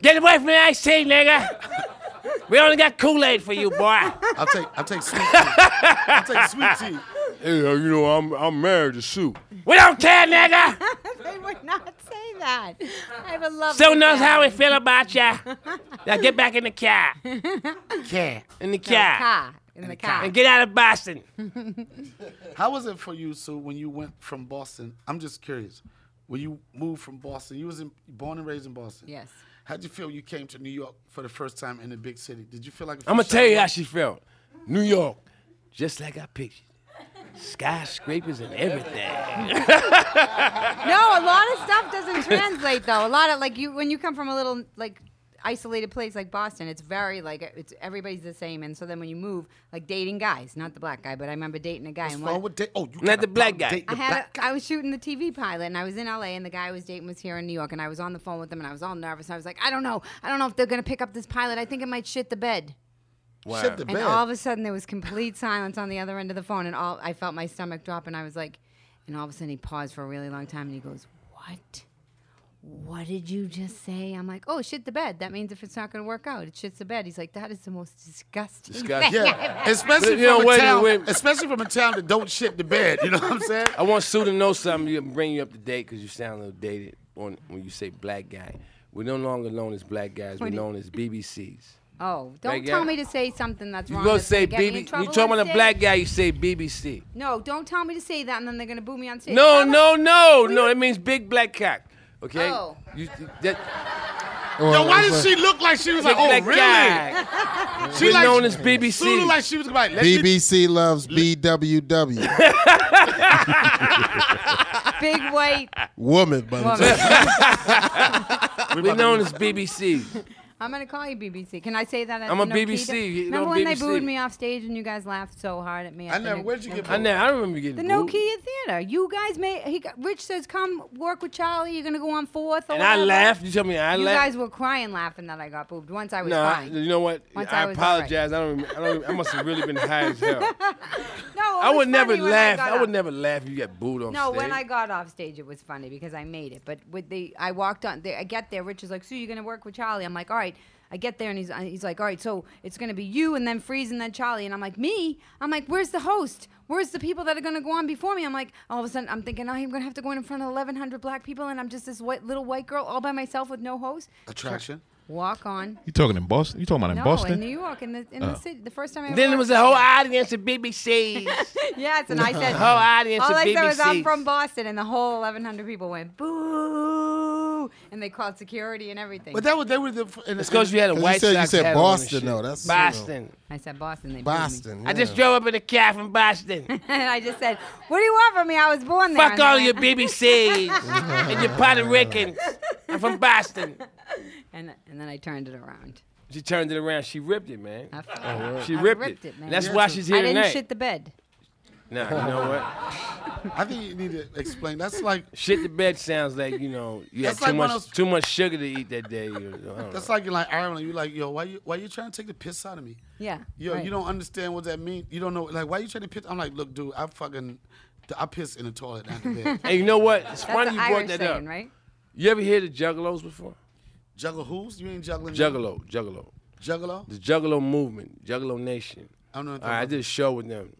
Get away from the ice tea, nigga. We only got Kool-Aid for you, boy.
I'll take I'll take sweet tea. I'll take sweet tea.
Hey, you know, I'm I'm married to Sue. We don't care, nigga.
They would not say that. I would love
Sue knows how we feel about ya. Now get back in the car,
Care.
in the
Yeah.
car,
In the car.
and get out of Boston.
How was it for you, Sue, when you went from Boston? I'm just curious. When you moved from Boston, you was in, born and raised in Boston.
Yes.
How'd you feel you came to New York for the first time in a big city? Did you feel like a
I'm gonna
fish
tell
out
you
of
how
water?
she felt. New York, just like I pictured. Skyscrapers and everything.
No, a lot of stuff doesn't translate though. A lot of like you when you come from a little like isolated place like Boston, it's very like it's everybody's the same. And so then when you move, like dating guys, not the black guy, but I remember dating a guy
What's
and
wrong
one.
with da- Oh, you
Not the black guy.
I had a, I was shooting the TV pilot and I was in LA and the guy I was dating was here in New York and I was on the phone with him and I was all nervous. I was like, I don't know, I don't know if they're gonna pick up this pilot. I think it might shit the bed.
Wow. Shit the
And
bed.
all of a sudden, there was complete silence on the other end of the phone, and all I felt my stomach drop, and I was like, and all of a sudden he paused for a really long time, and he goes, "What? What did you just say?" I'm like, "Oh, shit the bed. That means if it's not going to work out, it shits the bed." He's like, "That is the most disgusting."
Disgusting.
thing I've
yeah,
ever-"
especially
But, you know,
from a
wait,
town,
wait.
especially from a town that don't shit the bed. You know what I'm saying?
I want Sue to know something. You bring you up to date because you sound a little dated on when you say black guy. We're no longer known as black guys. We're
What do you-
known as BBCs.
Oh, don't
Like,
tell
yeah.
me to say something that's
You
wrong.
go
that's
say
gonna get me in
BB.
trouble
You talk about
on
a
stage.
black guy. You say BBC.
No, don't tell me to say that, and then they're going to boo me on stage.
No,
How the-
no, no, no. That means big black cock. Okay.
Oh.
You, you- that,
Yo, why did she look like she was like,
big
oh,
black
really?
cock.
She
We're
like,
known as
Sue looked like
BBC.
she was like, let me-
BBC loves BWW.
big white.
Woman,
Woman.
but
We're known as BBC.
I'm gonna call you BBC. Can I say that? at
I'm a
the Nokita?
BBC, you
Remember
know,
when they
BBC.
booed me off stage and you guys laughed so hard at me? at
I
the
never,
Nok-
where'd you get
I know. I remember getting
The
booed.
Nokia Theater. You guys made. He, got- Rich says, "Come work with Charlie. You're gonna go on fourth or
And I
whatever."
laughed. You tell me I
You
laughed.
guys were crying, laughing that I got booed. Once I was
Nah, I-
crying.
you know what?
Once
I,
I was all right.
apologize. I don't. Even, I don't. Even, I must have really been high as hell.
no, it
I
was
would never
funny when
laugh.
got
I, would
up.
never laugh if you got booed on
No,
stage.
when I got off stage, it was funny because I made it. But with the, I walked on. There, I get there. Rich is like, "Sue, you're gonna work with Charlie." I'm like, "All right." I get there and he's uh, he's like, "All right, so it's gonna be you and then Freeze and then Charlie." And I'm like, "Me?" I'm like, "Where's the host? Where's the people that are gonna go on before me?" I'm like, all of a sudden, I'm thinking, "Oh, I'm gonna have to go in in front of 1,100 black people, and I'm just this white, little white girl all by myself with no host."
Attraction.
Walk on.
You talking in Boston? You talking about in
no,
Boston?
in New York, in the in the city, the first time I. ever
Then there
walked-
was a whole audience of BBCs.
Yes, and I said,
whole audience
All
of
I said was I'm
BBCs.
from Boston, and the whole 1,100 people went boo, and they called security and everything.
But that was, they were the. and-
It's because you had a
'Cause you
white
said- you
Sox
said
hat on and
Boston,
shit.
though. That's, you know.
Boston.
I said Boston. They booed me.
Boston.
I just
yeah.
drove up in a car from Boston.
and I just said, "What do you want from me? I was born there."
Fuck
And they
all
went-
your BBCs and your Puerto Ricans. I'm from Boston.
And, and then I turned it around.
She turned it around. She ripped it, man.
I, fucking-
She
I
Uh, ripped,
ripped
it.
it, man.
That's why she's here
I didn't
tonight.
shit the bed.
nah, you know what?
I think you need to explain. That's like,
Shit the bed sounds like you know you had
That's
too
like one
much
of those-
too much sugar to eat that day. You know, I don't
that's
know.
like you're like Ireland. You're like, yo, why you, why you trying to take the piss out of me?
Yeah.
Yo,
right.
you don't understand what that means. You don't know. Like, why you trying to piss? I'm like, look, dude, I fucking, I piss in the toilet, not the bed.
Hey, you know what? It's
That's
funny
an
you
Irish
brought that
saying,
up.
right?
You ever hear the Juggalos before?
Juggle who's? You ain't juggling.
Juggalo, Juggalo.
Juggalo?
the Juggalo movement, Juggalo Nation.
I don't know what
All right, I
that
did a show with them.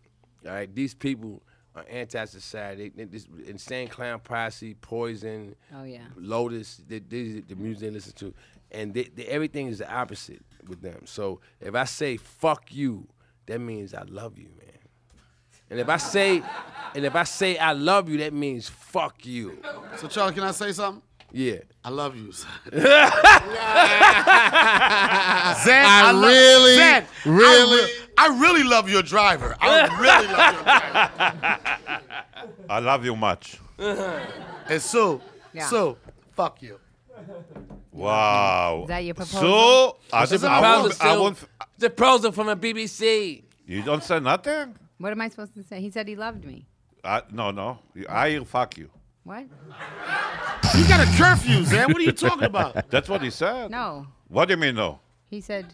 All right, these people are anti-society. They, they, this insane clown posse, poison.
Oh, yeah.
Lotus. They, these are the music they listen to, and they, they, everything is the opposite with them. So if I say "fuck you," that means I love you, man. And if I say, and if I say I love you, that means fuck you.
So, Charlie, can I say something?
Yeah.
I love you, son. Zan, I, love-
really,
Zan, I re-
really-
I, really love your driver. I really love your driver.
I love you much.
And Sue,
Yeah.
Sue, fuck you.
Wow.
Is that your
So,
proposal?
I,
It's a
I,
proposal,
won't, I
Sue.
won't.
It's a proposal from a BBC.
You don't say nothing?
What am I supposed to say? He said he loved me.
I, no, no. I fuck you.
What?
You got a curfew, Zan. What are you talking about?
That's what he said.
No.
What do you mean, no?
He said.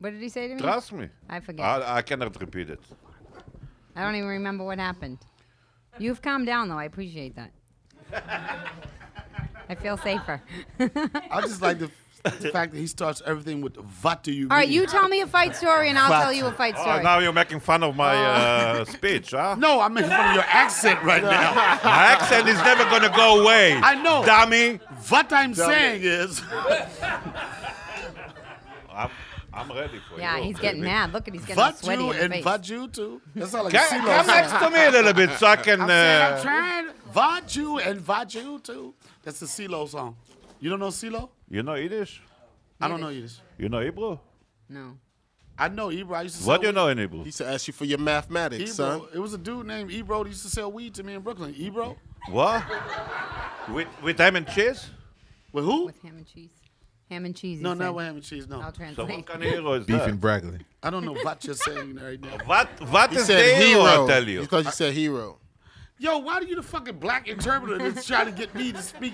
What did he say to me?
Trust me.
I forget.
I, I cannot repeat it. Ah,
I don't even remember what happened. You've calmed down though. I appreciate that. I feel safer.
I just like the, the fact that he starts everything with what do you
All right,
mean?"
you tell me a fight story and I'll tell you a fight
Oh,
story.
now you're making fun of my uh, speech, huh?
No, I'm making fun of your accent right now.
My accent is never going to go away.
I know.
Dummy.
What I'm saying is,
I'm, I'm ready for
Yeah,
you.
he's getting
baby.
mad. Look at he's getting all
what
sweaty
you
in the
and
face.
what you too. That's not like
Come,
a
come next to me a little bit so I can.
I'm saying
uh,
I'm trying. What you and what you too. That's the CeeLo song. You don't know CeeLo?
you know Yiddish?
I don't know Yiddish.
You know Hebrew?
No.
I know Ebro. I used to
What
sell
do you
weed.
know in Hebrew?
He used to ask you for your mathematics,
Ebro.
son.
It was a dude named Ebro that used to sell weed to me in Brooklyn. Ebro?
What? With, with ham and cheese?
With who?
With ham and cheese. Ham and cheese. he
No, not
said.
with ham and cheese. No.
I'll
So
translate.
what kind of hero is
Beef
that?
and broccoli.
I don't know what you're saying right now.
What, what
He
is
said
the hero, I
hero.
tell you?
Because you said hero.
Yo, why do you the fucking black interpreter that's trying to get me to speak?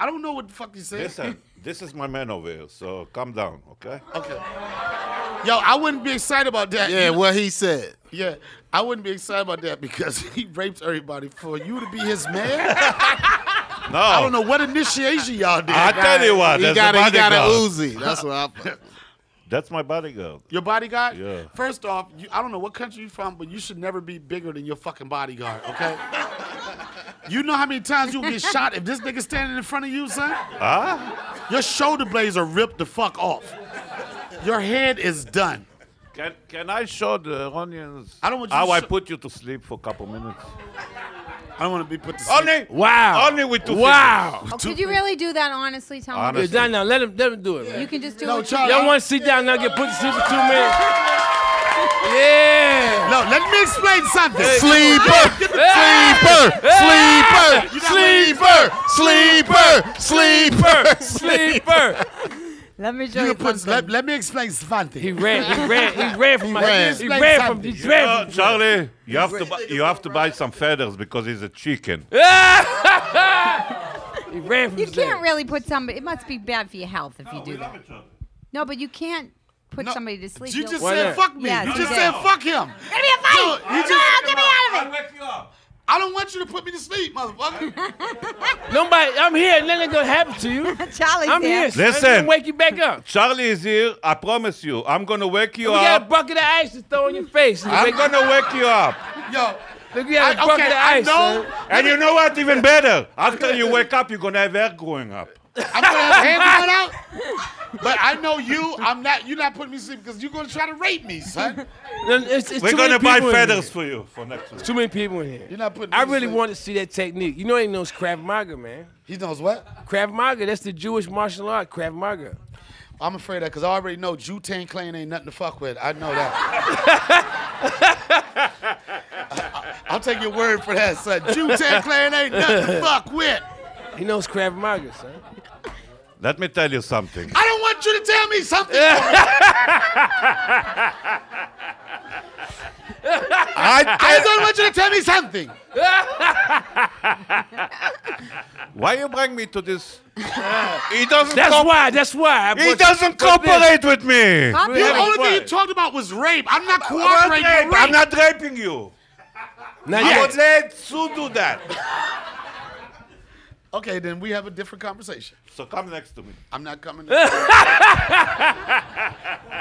I don't know what the fuck he's saying.
Listen, this is my man over here, so calm down, okay?
Okay. Yo, I wouldn't be excited about that.
Yeah, what he said.
Yeah, I wouldn't be excited about that because he rapes everybody. For you to be his man,
No,
I don't know what initiation y'all did.
I tell you what,
He
that's
got,
my
a, he got
bodyguard.
a Uzi. That's what I fuck.
That's my bodyguard.
Your bodyguard?
Yeah.
First off, you, I don't know what country you're from, but you should never be bigger than your fucking bodyguard, okay? you know how many times you'll get shot if this nigga standing in front of you, son?
Huh?
Your shoulder blades are ripped the fuck off. Your head is done.
Can, can I show the onions
I don't want you
how
to
I
show-
put you to sleep for a couple minutes?
I don't want to be put to sleep.
Only,
Wow.
Only with two
Wow.
Oh, could you really do that honestly? Tell me.
Yeah,
Honestly.
down now. Let him, let him do it, man.
You can just do
No,
it.
Oh, Charlie.
Y'all want to sit down now, get put to sleep for two minutes? Yeah.
No, let me explain something.
Sleeper, sleeper, sleeper, sleeper, sleeper, sleeper,
Sleeper.
Let me show
You
you.
can put,
something.
let, let me explain something.
He ran, he ran, he ran from my,
ran.
he ran from, he
Uh,
ran from.
Charlie, you have to buy, you have to buy some feathers because he's a chicken.
He ran from.
you
his
can't
leg.
really put somebody. It must be bad for your health if you do that. No, but you can't put
No,
somebody to sleep.
You
You'll-
just
Why not?
said fuck me.
Yes,
you
you
just
did.
said fuck him.
Gonna be a fight.
No, he just-
no, get me out of it.
wake you up.
I don't want you to put me to sleep, motherfucker.
Nobody, I'm here. Nothing gonna happen to you.
Charlie's
I'm
there.
here. son. I'm
Listen.
gonna wake you back up.
Charlie is here. I promise you, I'm gonna wake you
We got a
up.
bucket of ice to throw in your face.
I'm
Wake-
gonna wake you up.
Yo,
Look, you have a bucket of
I
ice.
know.
son.
And you know what? Even better. After you wake up, you're gonna have hair growing up.
I'm gonna have hand going out. But I know you. I'm not. You're not putting me to sleep because you're gonna try to rape me, son.
Then it's- it's
We're
too many
gonna buy
people in
feathers
here.
for you for next week.
Too many people in here.
You're not putting. Me
I
to
really
sleep.
want to see that technique. You know, he knows Krav Maga, man.
He knows what?
Krav Maga, that's the Jewish martial art, Krav Maga.
I'm afraid of that because I already know Jutang Clan ain't nothing to fuck with. I know that. I, will take your word for that, son. Jutang Clan ain't nothing to fuck with.
He knows Krav Maga, son.
Let me tell you something.
I don't want you to tell me something.
I
I
tell-
don't want you to tell me something.
why you bring me to this? he doesn't.
That's
co-
why, that's why. I
He
brought-
doesn't
brought this.
cooperate with me.
Copy
The
it.
only thing you
What?
talked about was rape. I'm not
I'm
cooperating.
not,
with
rape. I'm
rape.
not raping you.
Not
I
yet.
would let Sue do that.
Okay, then we have a different conversation.
So come next to me.
I'm not coming. to-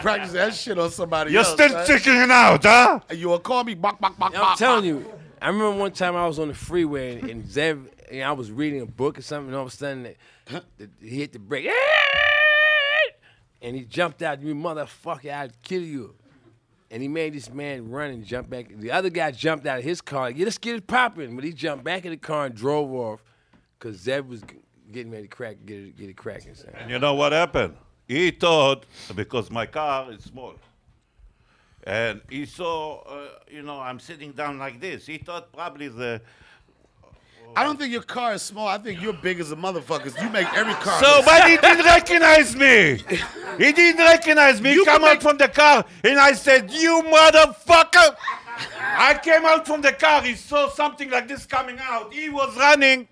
Practice that shit on somebody
You're
else.
still
right?
chicking it out, huh?
You will call me. Bok, bok, bok,
I'm
bok,
telling
bok.
you, I remember one time I was on the freeway and, and Zev, and I was reading a book or something, and all of a sudden it- the- he hit the brake, and he jumped out. You motherfucker, I'd kill you. And he made this man run and jump back. The other guy jumped out of his car. Yeah, let's get it popping. But he jumped back in the car and drove off. because Zeb was g- getting ready to crack, get it, get it cracking. Son.
And you know what happened? He thought because my car is small, and he saw, uh, you know, I'm sitting down like this. He thought probably the.
I don't think your car is small. I think you're big as a motherfucker. You make every car.
So,
look-
but he didn't recognize me. He didn't recognize me.
You
come
can
out
make-
from the car, and I said, "You motherfucker!" I came out from the car. He saw something like this coming out. He was running.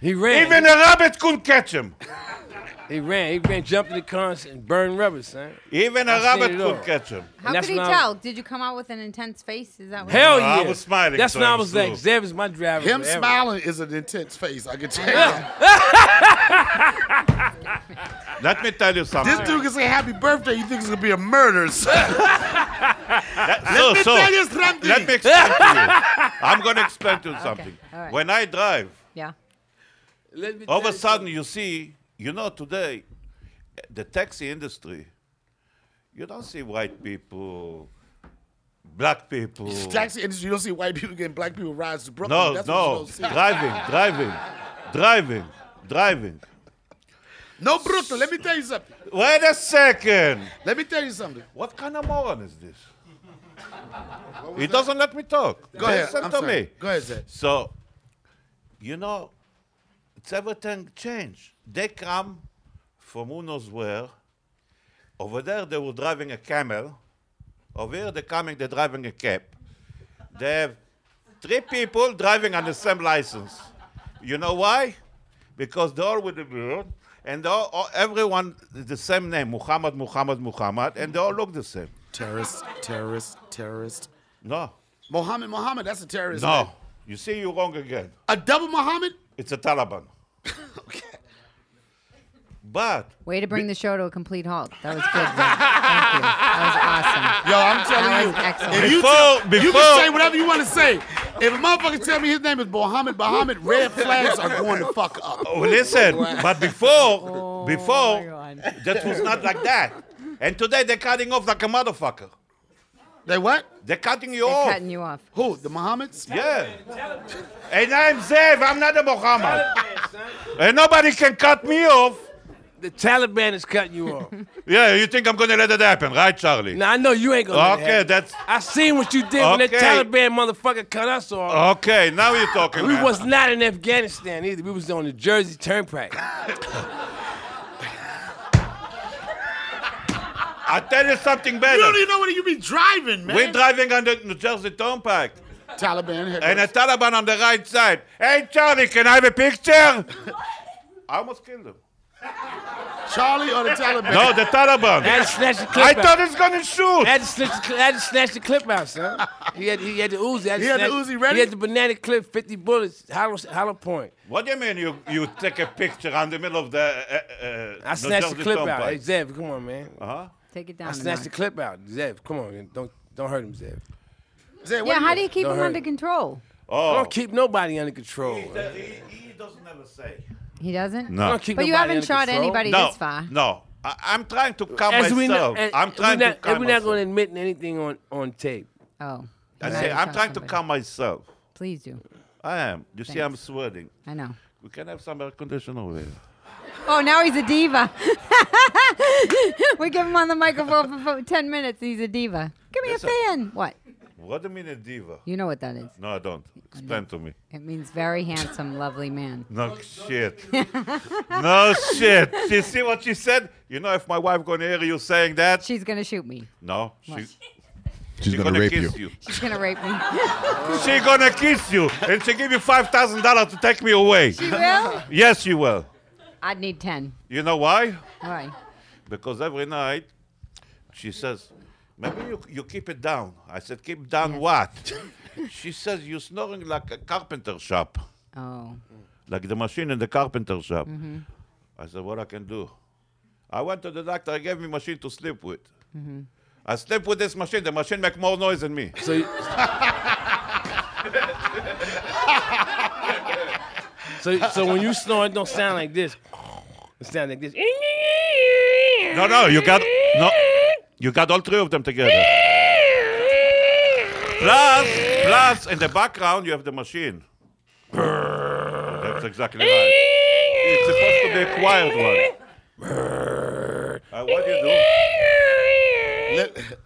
He ran.
Even a rabbit couldn't catch him.
he ran. He ran, jumped in the cars and burned rubber, son.
Even a
I've seen
rabbit
it all.
couldn't catch him.
How
that's
could he
when I-
tell? Did you come out with an intense face? Is that what
Hell yeah.
I was smiling
That's
to
when I
him,
was
too.
like, Zeb is my driver.
him
forever.
smiling is an intense face. I can tell you.
Let me tell you something.
This dude can say happy birthday. You think it's gonna be a murder? son.
so,
me
so,
tell you something.
Let me explain to you. I'm going to explain to you something.
all right.
When I drive,
Yeah.
Let me
all of
tell
a
you
sudden you see, you know, today, eh, the taxi industry, you don't see white people, black people.
Taxi industry. You don't see white people getting black people rides to Brooklyn.
No,
That's
no,
What you don't see.
driving, driving, driving, driving.
No Brooklyn. Let me tell you something.
Wait a second.
Let me tell you something.
What kind of moron is this? He doesn't let me talk.
Go ahead.
Listen
I'm
to
sorry.
me.
Go ahead, Zed.
So, you know, it's everything changed. They come from who knows where. Over there, they were driving a camel. Over here, they're coming, they're driving a cab. They have three people driving on the same license. You know why? Because they're all with the beard, and they're all, all- everyone is the same name, Muhammad, Muhammad, Muhammad, and they all look the same.
Terrorist. Terrorist. Terrorist.
No,
Mohammed. Mohammed. That's a terrorist.
no.
man.
You see, you're wrong again.
A double Mohammed.
It's a Taliban.
Okay.
But
Way to bring the show to a complete halt. That was good. man. Thank you. That was awesome.
Yo, I'm telling
That was
you.
excellent.
If you,
Before-
tell, you
before-
can say whatever you want to say. If a motherfucker tell me his name is Mohammed Mohammed, red flags are going to fuck up.
Oh, listen, but before,
my
before,
God.
that was not like that. And today they're cutting off like a motherfucker.
They what?
They're cutting you
They're
off.
cutting you off.
Who? The Mohammeds?
yeah. And I'm Zev, I'm not a Muhammad.
something, son.
and nobody can cut me off.
The Taliban is cutting you off.
Yeah, you think I'm going to let it happen, right, Charlie?
now, I know you ain't going to
Okay, that's-
I seen what you did when that
Okay.
Taliban motherfucker cut us off.
Okay, now you're talking.
We
man.
was not in Afghanistan either. We was on the Jersey Turnpike.
i tell you something
You
better.
don't even know what you be driving, man.
We're driving on the New Jersey Turnpike,
Taliban. head-
and a Taliban on the right side. Hey, Charlie, can I have a picture? I almost killed him.
Charlie or the Taliban?
No, the
I
Taliban.
had to snatch the clip
I
out.
thought it's gonna shoot.
I had, to snatch the, cl- I had to snatch the clip out, son. He had, he had the Uzi. I
He had the
snatch-
Uzi ready?
He had the banana clip, 50 bullets, hollow, hollow point.
What do you mean you, you take a picture on the middle of the? Uh, uh,
I snatched the
Jersey
clip out.
Turnpike?
Hey, Zev, come on, man.
Oh,
Take it down.
I
a
snatched the
notch.
clip out. Zev, come on. man. Don't, don't hurt him, Zev.
Zed, what
Yeah, how do you keep
Don't
him
hurt
under
him.
control?
I
Oh,
don't keep nobody under control.
he,
man.
he doesn't ever say.
He
I
doesn't?
No,
don't keep
But you
nobody
haven't
under
shot
control.
anybody
no,
this far.
no. I, I'm trying to calm
As we know,
myself.
and-
I'm
and
trying
we're not,
to calm
and We're not
myself.
going to admit anything on, on tape.
Oh.
I
you
say,
might have
I'm
shot
trying to
somebody.
calm myself.
Please do.
I am. You see, I'm sweating.
I know.
We can have some air conditioner over here.
Oh, now he's a diva. we give him on the microphone for fo- 10 minutes. He's a diva. Give me
Yes,
a
sir.
fan. What?
What do you mean a diva?
You know what that is.
No, I don't. Explain to me.
It means very handsome, lovely man.
No shit. no shit. You see what she said? You know, if my wife gonna hear you saying that,
She's going to shoot me.
no, she,
What?
she's
She's gonna, rape you.
kiss you.
She's going to rape me.
She gonna kiss you, and she give you five thousand dollars to take me away.
she will?
yes, you will.
I'd need 10.
You know why?
Why?
Because every night, she says, "Maybe you you keep it down." I said, "Keep down what?" she says, "You're snoring like a carpenter shop,
Oh.
like the machine in the carpenter shop." I said, "What I can do?" I went to the doctor. I gave me machine to sleep with. I sleep with this machine. The machine make more noise than me.
So, you- so, so when you snore, it don't sound like this. It sound like this.
No, no, you got no, you got all three of them together. Plus, plus, in the background you have the machine. That's exactly right. It's supposed to be a quiet one. Uh, what do you do?
Let-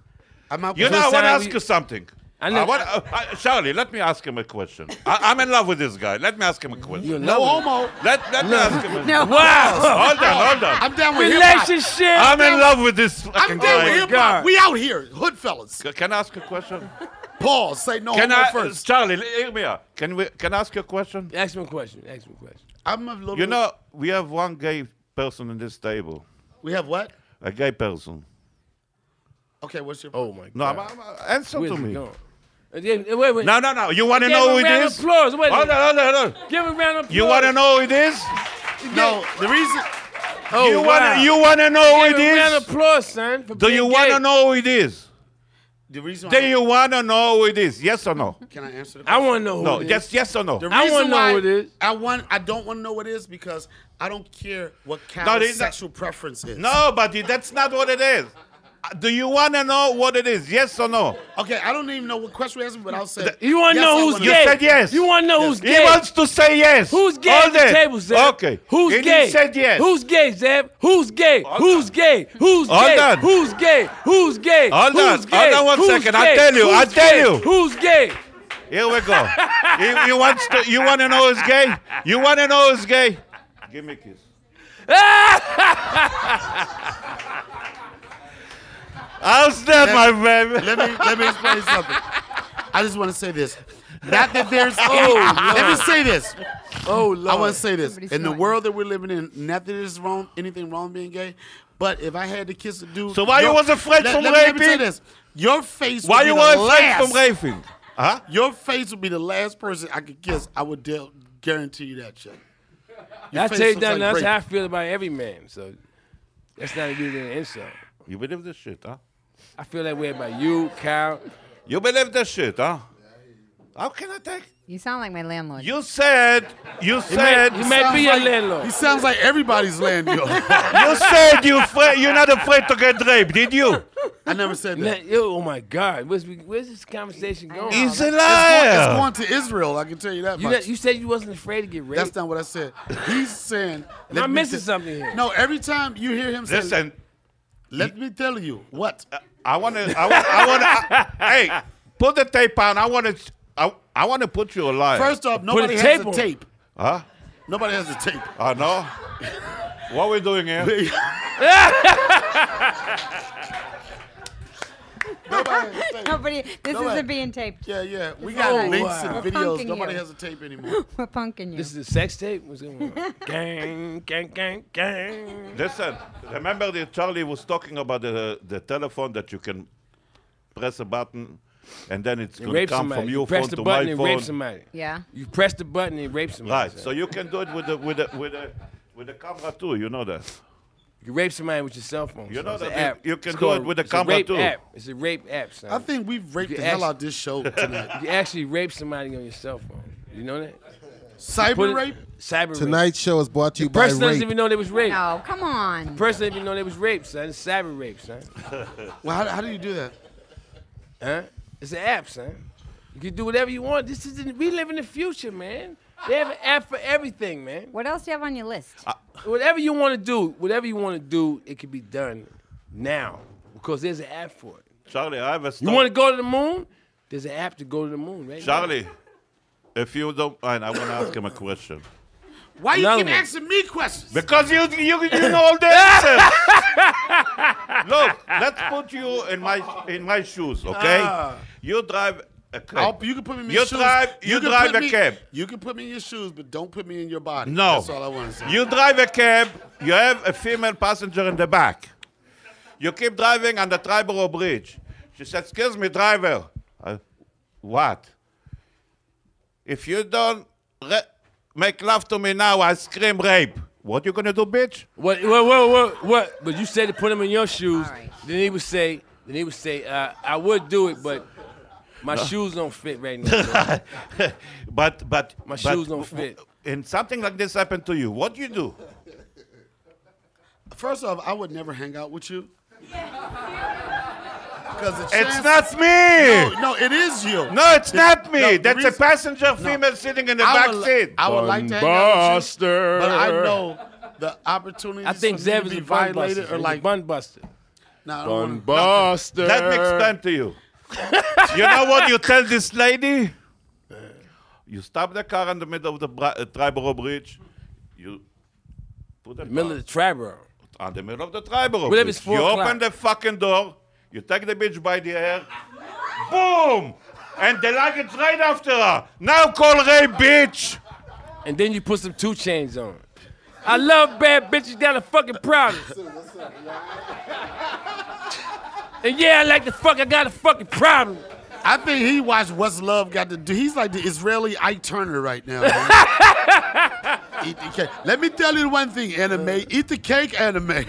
I'm out.
You know, I want to
Sam,
ask
you-
you something.
I
I
know-
want, uh, uh, Charlie, let me ask him a question. I, I'm in love with this guy. Let me ask him a
You're
question.
in
no
love with-
homo.
Let, let me ask him a
No.
Wow.
Hold on, hold on.
I'm down with hip hop.
Relationship.
I'm in love with this
I'm
fucking
down with hip
guy.
hop.
God.
We out here, hood fellas.
C- Can I ask a question?
Oh,
Pause. Say no
Can
homo
I,
first.
Charlie, l- hear me out. Can we? Can I ask you a question?
Ask me a question. Ask me a question.
I'm a little.
You know, we have one gay person in this table.
we have what?
A gay person.
Okay, what's your?
Oh my god.
No, I'm, I'm, uh, answer
Where's
to
it
me.
going? Uh, yeah, Wait, wait.
No, no, no. You want to
Give
know who
him
it
a round of
is?
applause. Wait,
Hold on, hold on, hold on.
Give him a round of applause.
You want to know who it is?
No, the reason.
Oh,
you
wow.
want to you want to know
Give
who it
him a round
is?
of applause, son. for
Do
being
you want
gay.
to know who it is?
The reason.
Do
I-
you want to know who it is? Yes or no?
Can I answer the
I
question?
want to know who
No.
it is.
Yes, yes or no?
The
I wanna
reason
know
why
what it is.
I want. I don't want to know what it is because I don't care what kind
No,
of
it's not-
sexual preference is.
No, but that's not what it is. Uh, Do you want to know what it is? Yes or no?
Okay, I don't even know what question we asked, but I'll say.
You want to
yes, I
know who's
wanna
gay?
You said yes.
You want to know who's
He
gay?
wants to say yes.
Who's gay
All
at the
day.
table, Zeb?
Okay.
Who's
and
gay?
He said yes.
Who's gay, Zeb? Who's gay?
Hold
Who's
on.
gay? Who's
Hold on.
gay?
Uh,
Who's gay? Who's gay?
Hold
Who's
on.
gay?
Hold on one
Who's
second. I'll
gay?
tell you.
Who's
I'll tell
gay?
you.
Who's gay?
Here we go. he, he wants to. You want to know who's gay? You want to know who's gay? Give me a kiss. How's that, my baby?
let me let me explain something. I just want to say this. Not that there's
Oh,
any. let me say this.
Oh Lord.
I want to say this.
Somebody's
in the
snorting.
world that we're living in, not that there's wrong anything wrong being gay, but if I had to kiss a dude,
So why you
your-
was afraid
let,
from
let me, let me tell you
raping?
this. Your face.
Why
would
you
be the
want
last,
friends from raping? Huh?
Your face would be the last person I could kiss. I would deal, guarantee you that shit.
I
face
tell you
looks
that.
like
That's
rape.
how I feel about every man. So that's not even an insult.
You believe this shit, huh?
I feel that way about you, Kyle.
You believe this shit, huh? How can I take?
You sound like my landlord.
You said. You
He might,
said.
he might be your
Sounds like- He
landlord.
sounds like everybody's landlord.
You said you fra- you're not afraid to get raped, did you?
I never said that.
Let- yo, oh my God, where's, we- where's this conversation
I
going?
know.
He's a
It's
liar.
going to Israel. I can tell you that
You,
much.
you said you wasn't afraid to get raped.
That's not what I said. He's saying.
Am I
let me
missing
te-
something here?
No, every time you hear him say,
Listen,
let me tell you what.
I want to. I want. I want. I- Hey, put the tape on. I want to. I, I want to put you alive.
First off, nobody has
tape
a
on.
tape.
huh?
Nobody has a tape.
I know. What we doing here?
Nobody has a tape.
Nobody. This
Nobody-
isn't being taped.
Yeah, yeah. We got
Oh,
links
wow.
and
We're
videos.
punking
Nobody
you.
has a tape anymore.
We're punking you.
This is a sex tape? What's going on? gang, gang, gang, gang.
Listen. Remember that Charlie was talking about the the telephone that you can press a button, and then it's going to
rape
come
somebody.
from
You
your
press
phone
the
to
button
my
and
phone.
rape somebody.
yeah.
You press the button and rape somebody.
Right. So you can do it with the with the with the with the camera too. You know that.
you can rape somebody with your cell phone.
You
son.
know
It's
that
an
you-
app.
you can
It's
do it
called-
with a
it's
camera
rape
too.
App. It's a rape app, son.
I think we've raped
You
the hell
actually-
out this show tonight.
Uh,
you actually rape somebody on your cell phone. You know that?
Cyber
Put it-
rape?
Cyber rape.
Tonight's show is brought to you by
Person doesn't
Rape.
even know they was raped.
No, come on.
Person doesn't even know they was raped, son. It's cyber rape, son.
Well, how, how do you do that?
Huh? It's an app, son. You can do whatever you want. This isn't. We live in the future, man. They have an app for everything, man.
What else do you have on your list?
whatever you want to do, whatever you want to do, it can be done now because there's an app for it.
Charlie, I have a
You
story.
want to go to the moon? There's an app to go to the moon, right? now.
Charlie, if you don't mind, I want to ask him a question.
Why you
Another
keep
one.
asking me questions?
Because you you, you know all the answers. Look, let's put you in my in my shoes, okay?
Ah.
You drive a
I'll,
cab.
you can put me in
You
your shoes.
drive- you
can
drive
put
a
me-
cab.
You can put me in your shoes, but don't put me in your body.
No.
That's all I want to say.
You drive a cab. You have a female passenger in the back. You keep driving on the Triborough Bridge. She says, "Excuse me, driver." "Uh, what? If you don't re- make love to me now, I scream rape. What you gonna do, bitch?
What? What? What? What? what? But you said to put him in your shoes.
All right.
Then he would say. Then he would say, uh, "I would do it, but my shoes don't fit right now." so
But but
My
but
shoes don't
w- w-
fit.
And something like this happened to you. What do you do?
First off, I would never hang out with you. because the chances.
It's not me.
No, no, it is you.
No, it's not me.
no, the
That's
reason-
a passenger female sitting in the back
would,
seat.
I would like to hang out with you, but I know the opportunities
I think
for me to
Zev
be
is a bun buster.
violated
He's
or
a
like.
bun buster.
Nah, I don't
Bun
wanna- no.
buster.
Let me explain to you. you know what you tell this lady? You stop the car in the middle of the bri- uh, Triborough Bridge. You put the
Middle of the
car
trapper.
on the middle of the Triborough
Whatever,
Bridge.
it's four
You open
o'clock.
the fucking door. You take the bitch by the hair. boom! And the luggage right after her. Now call Ray, bitch!
And then you put some two chains on. I love bad bitches down the fucking proudest. And yeah, I like the fuck. I got a fucking problem.
I think he watched What's Love Got to Do. He's like the Israeli Ike Turner right now. man. Eat the cake. Let me tell you one thing, anime. Eat the cake, anime.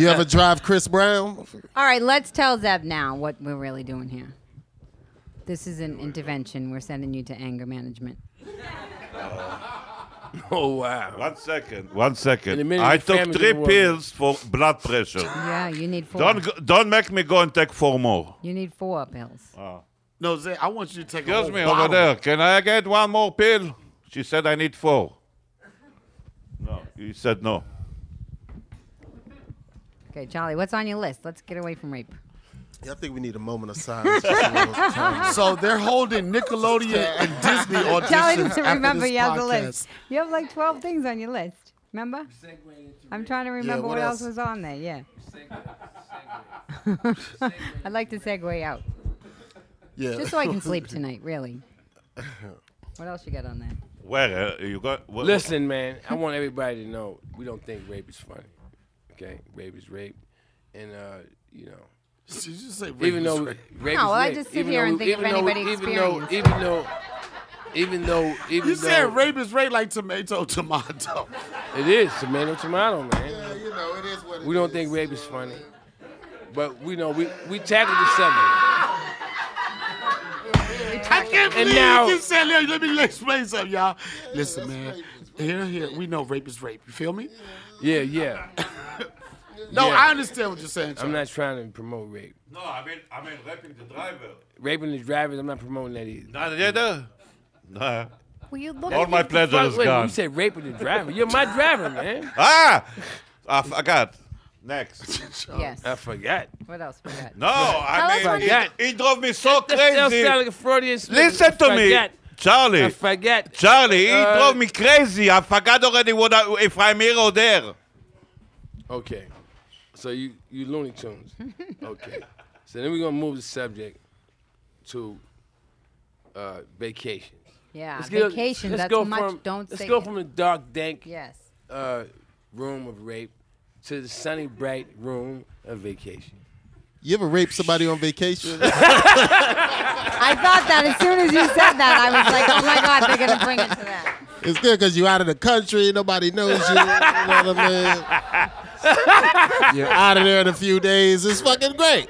You ever drive Chris Brown?
All right, let's tell Zeb now what we're really doing here. This is an intervention. We're sending you to anger management.
Oh wow.
One second, one
In a
second.
minute,
I
your
took
family's
three
gonna worry.
pills for blood pressure.
Yeah, you need 4
Don't go- don't make me go and take four more.
you need four pills.
No, Zay, I want you to take a
Excuse
whole
me,
Oh,
bottle.
over there. Can I get one more pill? She said I need four. No, he said no.
Okay, Charlie, what's on your list? Let's get away from rape.
I think we need a moment of silence. Just
So they're holding Nickelodeon and Disney auditions.
Charlie doesn't
after
remember
this
you have the
podcast.
list. You have like 12 things on your list. Remember? I'm trying to remember
what
what, else?
else?
was on there. Yeah. I'd like to segue out
yeah.
just so I can sleep tonight, really. What else you got on there?
Where uh, you got? wh-
Listen, man, I want everybody to know we don't think rape is funny. Okay, rape is rape, and uh, you know,
Did you say
even though
rape?
rape
No,
is
I
rape,
just sit
even
here
though-
and think of
even though-
anybody
even though,
experienced.
even though, even though, even
You
though,
said rape is rape like tomato, tomato.
It is tomato, tomato, man.
you know, it is what it
We don't think rape is funny, but we know we we tackled the subject.
I can't believe
now-
you said that. Let me explain something, y'all. Listen, man. Here, here. We know rape is rape. You feel me?
Yeah, yeah.
No,
Yeah.
I understand what you're saying.
I'm
Charlie.
not trying to promote rape.
No, I mean I mean raping the driver.
Raping the drivers, I'm not promoting that either.
Not yet. uh? Nah.
Well, you look
All my pleasure is
Fuck, wait,
gone.
you said raping the driver. You're my driver, man.
Ah, I forgot. Next.
Yes.
I forgot.
What else we got?
No, I
Tell us
mean he,
when
he drove me so
That still sound like
crazy.
a Freudian slip.
Listen to
I
me,
forgot. I
Charlie.
forgot.
Charlie, he
Uh,
drove me crazy. I forgot already what I, if I'm here or there.
Okay. So you you Looney Tunes. Okay. so then we're gonna move the subject to uh, vacations.
Yeah,
Let's go-
vacation.
let's
that's
go
much.
from-
don't
Let's
say
go
it.
from the dark, dank
Yes.
uh, room of rape to the sunny, bright room of vacation.
You ever rape somebody on vacation?
I thought that as soon as you said that, I was like, oh my God, they're going to bring it to that.
it's good because you out of the country. Nobody knows you. You know what I mean? You're out of there in a few days. It's fucking great.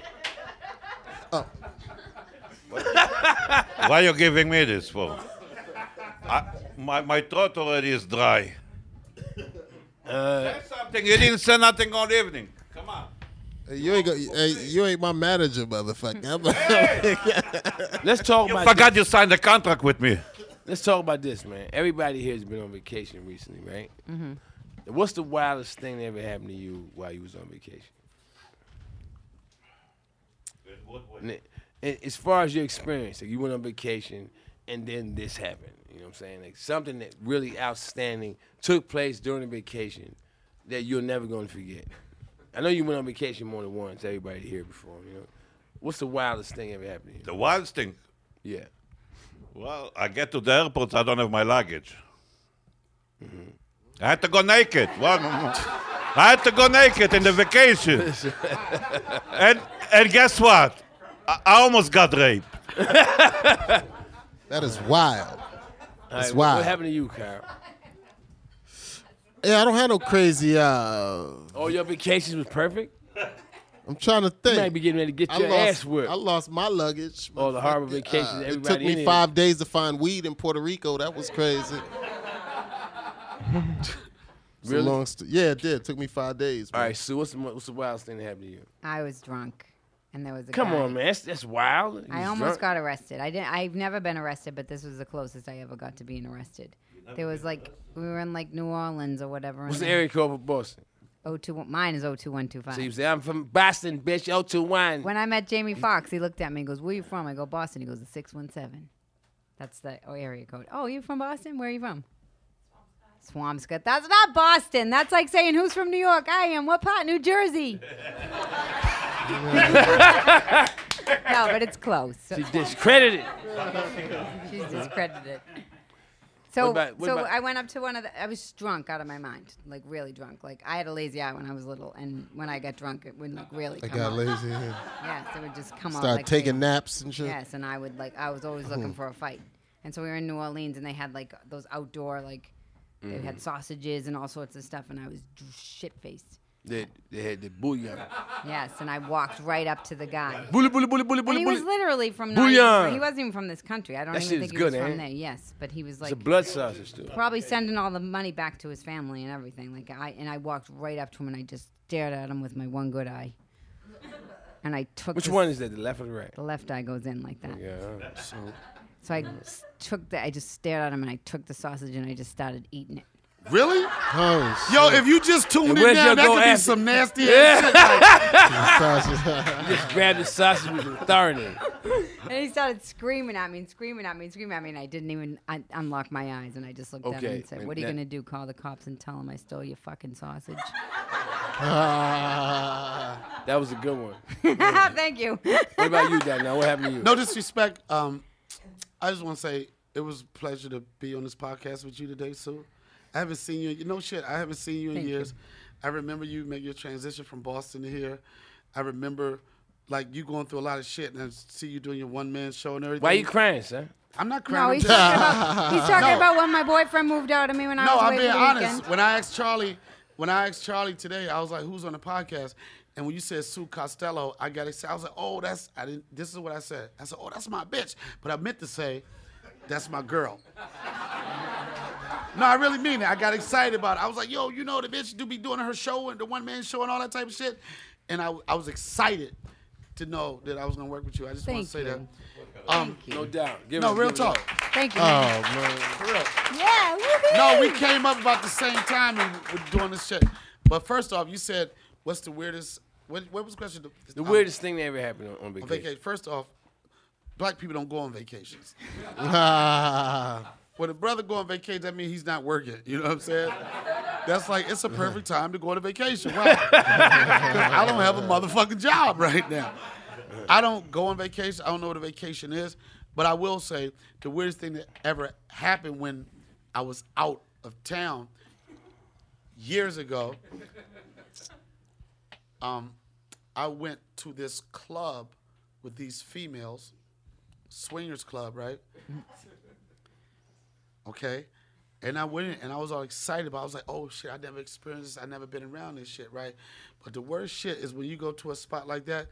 Why you giving me this for? I, my, my throat already is dry.
Uh,
Say something. You didn't say nothing all evening. Come on.
You ain't, go, hey, you ain't my manager, motherfucker.
Let's
Oh,
talk
You
about
forgot you signed a contract with me.
Let's talk about this, man. Everybody here has been on vacation recently, right? Mm-hmm. What's the wildest thing that ever happened to you while you was on vacation? And, it- and as far as your experience, like you went on vacation and then this happened. You know what I'm saying? Like something that really outstanding took place during the vacation that you're never gonna forget. I know you went on vacation more than once. Everybody here before, you know. What's the wildest thing ever happened to
The wildest thing.
you? Yeah.
Well, I get to the airport, I don't have my luggage. I had to go naked. Well, I had to go naked in the vacation. and, and guess what? I, I almost got raped.
that is wild.
That's
wild.
What happened to you, Kyle?
Yeah, I don't have no crazy. Uh,
All Oh, your vacations was perfect.
I'm trying to
You
think.
might be getting ready to get
I
your
lost,
ass whipped.
I lost my luggage. Uh,
Oh, the harbor vacations,
it took
everybody in
me
it.
five days to find weed in Puerto Rico. That was crazy. It's a
Really?
long st- yeah, it did. It took me five days.
All
man.
right, Sue, what's the, mo- what's the wildest thing that happened to you?
I was drunk and there was a
Come
guy.
on, man. That's, that's wild.
I almost got arrested. I didn't. I've never been arrested, but this was the closest I ever got to being arrested. There was like we were in like New Orleans or whatever.
What's the area code for Boston?
Oh two. Mine is oh two one two
So you
five.
say, I'm from Boston, bitch, Oh, 021.
When I met Jamie Foxx, he looked at me and goes, "Where you from?" I go, "Boston." He goes, "The six one seven. That's the area code. Oh, you from Boston? Where are you from? Swampscott. That's not Boston. That's like saying who's from New York. I am. What part? New Jersey. no, but it's close. So-
She discredited.
She's discredited. So,
about- what
so
about-
I went up to one of the. I was drunk out of my mind, like really drunk. Like I had a lazy eye when I was little, and when I got drunk, it would like really
I
come
got
out.
lazy. and
Yes, it would just come out.
Started
like
taking
crazy.
naps and shit.
Yes, and I would like I was always looking
Hmm.
for a fight. And so we were in New Orleans, and they had like those outdoor like they
Mm-hmm.
had sausages and all sorts of stuff, and I was shit faced.
They, they had the booyah.
Yes, and I walked right up to the guy.
Bully, bully, bully, bully,
And
bully,
he
bully.
was literally from.
Booyah.
Not, he wasn't even from this country. I don't
That shit
even
is
think he
good,
was
eh?
from there. Yes, but he was
It's a
like
blood sausage, too.
probably sending all the money back to his family and everything. Like I and I walked right up to him and I just stared at him with my one good eye. And I took
Which
this-
one is that, the left or the right?
The left eye goes in like that.
Yeah. all right.
So I s- took the. I just stared at him and I took the sausage and I just started eating it.
Really?
Oh,
Yo, if you just tuned in
where's your
now, that
go
could be
after-
some nasty ass shit. Like,
sausage.
Just grab the sausage with authority.
And he started screaming at me and screaming at me and screaming at me and I didn't even un- unlock my eyes and I just looked at him
Okay,
and said,
and
"What are you
that-
gonna do? Call the cops and tell them I stole your fucking sausage?"
Ah.
That was a good one.
Thank you.
What about you, Dad? Now, what happened to you?
no disrespect. Um, I just want to say it was a pleasure to be on this podcast with you today, Sue. I haven't seen you. You know, shit, I haven't seen you in
Thank you.
years. I remember you make your transition from Boston to here. I remember like you going through a lot of shit, and I see you doing your one man show and everything.
Why you crying, son?
I'm not crying.
No,
I'm
he's
just-
talking about, he's talking
No.
about when my boyfriend moved out of me when I
No,
was
I'm
away
being
for the
honest.
weekend.
When I asked Charlie, when I asked Charlie today, I was like, "Who's on the podcast?" And when you said Sue Costello, I got excited. I was like, "Oh, that's I didn't." This is what I said. I said, "Oh, that's my bitch," but I meant to say, "That's my girl." no, I really mean it. I got excited about it. I was like, "Yo, you know the bitch do be doing her show and the one man show and all that type of shit," and I I was excited to know that I was gonna work with you. I just want
Thank
to say that.
you.
Um,
No doubt. Give
no,
it,
real
give it up.
talk.
Thank you.
Oh,
man.
man.
For real.
Yeah, woohoo!
No, we came up about the same time and we're doing this shit. But first off, you said, "What's the weirdest?" What, what was the question?
The weirdest thing that ever happened on, on
on
vacation.
vacation. First off, black people don't go on vacations.
Ah.
When a brother go on vacation, that means he's not working. You know what I'm saying? That's like it's a perfect time to go on a vacation. Why? 'Cause I don't have a motherfucking job right now. I don't go on vacation. I don't know what a vacation is. But I will say the weirdest thing that ever happened when I was out of town years ago. Um, I went to this club with these females, swingers club, right? okay? And I went in and I was all excited about it. I was like, oh shit, I never experienced this. I never been around this shit, right? But the worst shit is when you go to a spot like that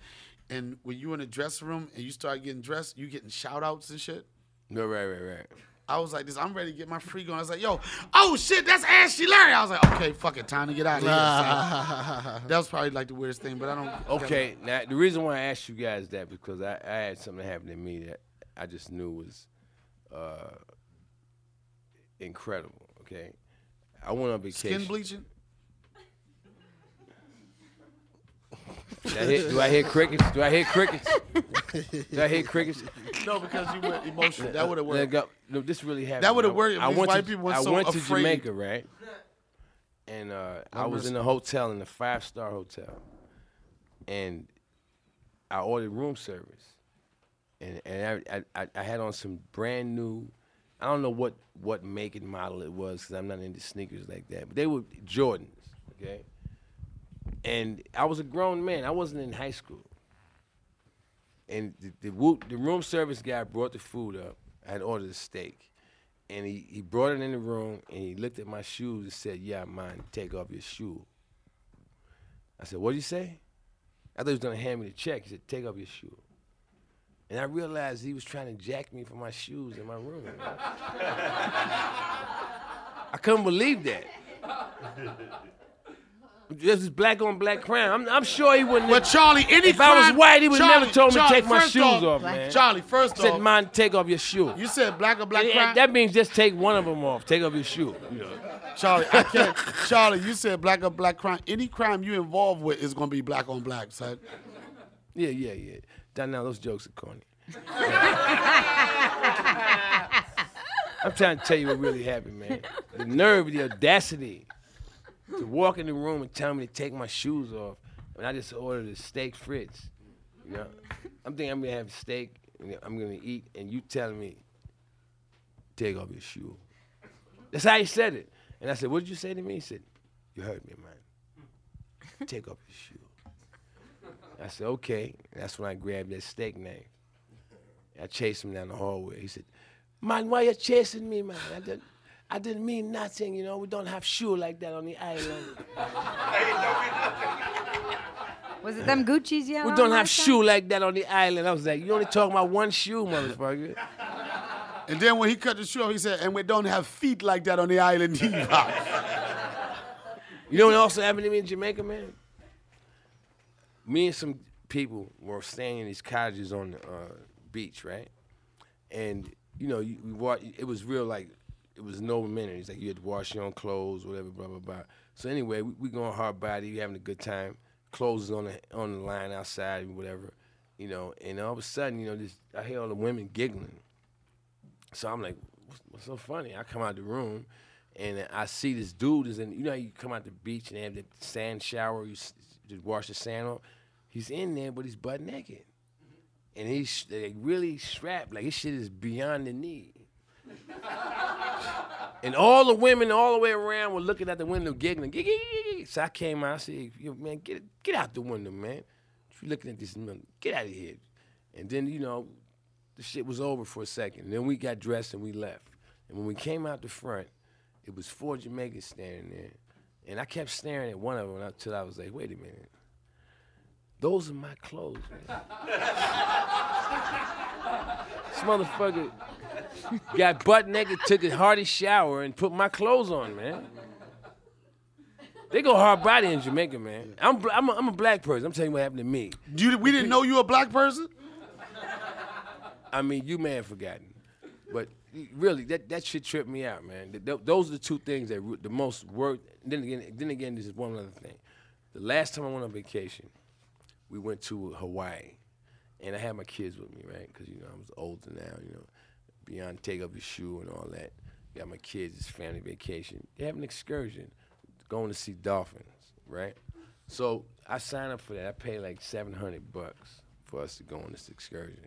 and when you in the dressing room and you start getting dressed, you getting shout outs and shit.
No, right, right, right.
I was like this, I'm ready to get my freak on. I was like, yo, oh shit, that's Ashley Larry. I was like, okay, fuck it, time to get out of here. son. that was probably like the weirdest thing, but I don't
Okay, now the reason why I asked you guys that because I, I had something happen to me that I just knew was uh, incredible. Okay, I went on vacation.
Skin bleaching?
Did I hear- do I hear crickets? Do I hear crickets? do I hear crickets?
No, because you went emotional. That would have
Let
worked.
go. No, this really happened.
would've
I-
worked if
I
these
went
white
to,
people weren't
I
so
went to
afraid.
Jamaica, right? And uh, I was in a hotel in a five star hotel, and I ordered room service, and and I, I- I I had on some brand new. I don't know what what make and model it was because I'm not into sneakers like that, but they were Jordans, okay. And I was a grown man. I wasn't in high school and the the, wo- the room service guy brought the food up. I had ordered a steak, and he, he brought it in the room, and he looked at my shoes and said, "Yeah, mine. Take off your shoe." I said, "What'd you say?" I thought he was gonna hand me the check. He said, "Take off your shoe," and I realized he was trying to jack me for my shoes in my room. I couldn't believe that.
This is black on black crime. I'm, I'm sure he wouldn't.
Well,
have
Charlie, any
If I was
crime-
white, he would
Charlie,
never told me to
Charlie,
take my
first
shoes
off-
off, man.
Charlie, first
said,
off,
"Man, take off your shoe."
you said black or black
Yeah,
Oh. crime.
that means just take one of them off. Take off your shoe.
Charlie, I can't. Charlie, you said black on black crime. Any crime you involved with is gonna be black on black, son.
Yeah, yeah, yeah. Down now, those jokes are corny. I'm trying to tell you what really happened, man. The nerve, the audacity to walk in the room and tell me to take my shoes off when I just ordered a steak fritz. You know, I'm thinking I'm gonna have steak and I'm gonna eat, and you telling me take off your shoe. That's how he said it. And I said, "What did you say to me?" He said, "You heard me, man. Take off your shoe." I said, okay. And that's when I grabbed that steak knife. I chased him down the hallway. He said, man, why you chasing me, man? I didn't, I didn't mean nothing, you know. We don't have shoe like that on the island.
Was it them Gucci's yet?
We don't have shoe like that on the island. I was like, you only talking about one shoe, motherfucker.
And then when he cut the show, he said, "And we don't have feet like that on the island either."
You know what also happened to me in Jamaica, man? Me and some people were staying in these cottages on the uh, beach, right? And you know, you, we wa- It was real, like it was no amenities. Like you had to wash your own clothes, whatever, blah blah blah. So anyway, we, we going hard body, we having a good time. Clothes is on the on the line outside and whatever, you know. And all of a sudden, you know, this I hear all the women giggling. So I'm like, what's, what's so funny? I come out the room and I see this dude is in, you know, how you come out the beach and they have the sand shower, you s- just wash the sand off. He's in there, but he's butt naked. And he's like, really strapped, like his shit is beyond the knee. and all the women all the way around were looking out the window giggling. "Gee, gee, gee, gee." So I came out, I said, Yo, man, get get out the window, man. You looking at this, man, get out of here. And then, you know, the shit was over for a second. And then we got dressed and we left. And when we came out the front, it was four Jamaicans standing there. And I kept staring at one of them until I was like, wait a minute. Those are my clothes, man. this motherfucker got butt naked, took a hearty shower, and put my clothes on, man. They go hard body in Jamaica, man. I'm, bl- I'm, a, I'm a black person. I'm telling you what happened to me.
you, we didn't know you a black person.
I mean, you may have forgotten, but really, that, that shit tripped me out, man. Th- th- those are the two things that re- the most work. Then again, then again, this is one other thing. The last time I went on vacation, we went to Hawaii, and I had my kids with me, right? Because you know I was older now, you know, beyond take off your shoe and all that. Got my kids, it's family vacation. They have an excursion, going to see dolphins, right? So I signed up for that. I paid like seven hundred bucks for us to go on this excursion.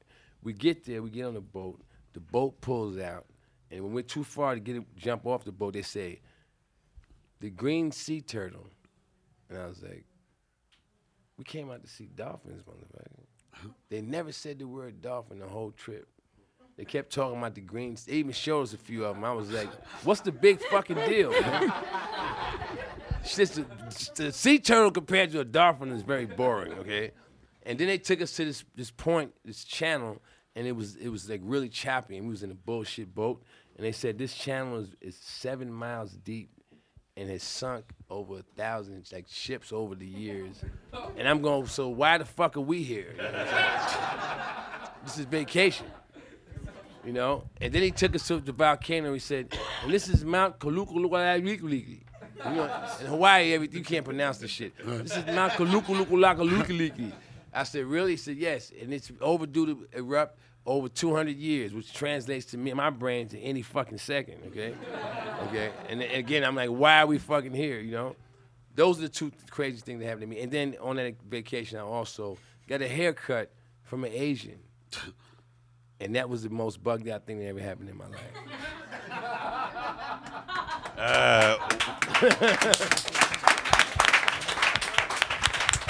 We get there, we get on the boat. The boat pulls out, and when we're too far to get it, jump off the boat, they say, "The green sea turtle," and I was like, "We came out to see dolphins, motherfucker." They never said the word dolphin the whole trip. They kept talking about the green. They even showed us a few of them. I was like, "What's the big fucking deal?" Man? Shit's a- the sea turtle compared to a dolphin is very boring, okay? And then they took us to this this point, this channel, and it was it was like really choppy, and we was in a bullshit boat, and they said this channel is, is seven miles deep and has sunk over a thousand like ships over the years. And I'm going, so why the fuck are we here? You know what I'm saying? this is vacation you know. And then he took us to the volcano. He said, "And this is Mount Kalukulukulakaliki." You know, in Hawaii, everything you can't pronounce this shit. This is Mount Kalukulukulakaliki. I said, "Really?" He said, "Yes." And it's overdue to erupt over 200 years, which translates to me, my brain, to any fucking second. Okay, okay. And then- again, I'm like, "Why are we fucking here?" You know. Those are the two crazy things that happened to me. And then on that vacation, I also got a haircut from an Asian. And that was the most bugged out thing that ever happened in my life.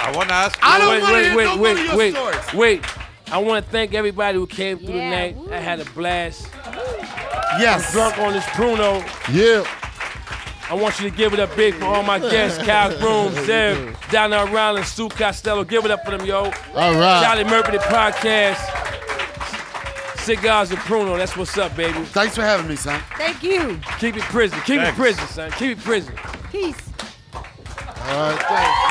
I want to ask
I
you-
don't want to hear no more of your
wait,
stories.
wait. I want to thank everybody who came through
Yeah,
tonight.
woo.
I had a blast.
Yes.
Drunk on this Pruno.
Yeah.
I want you to give it up big for all my guests, Kyle Groom, Zev, Donna Rollins, Sue Costello. Give it up for them, yo.
All right.
Charlie Murphy, the podcast. Cigars and Pruno. That's what's up, baby.
Thanks for having me, son.
Thank you.
Keep it prison. Keep
Thanks.
it prison, son. Keep it prison.
Peace.
All All right, thanks.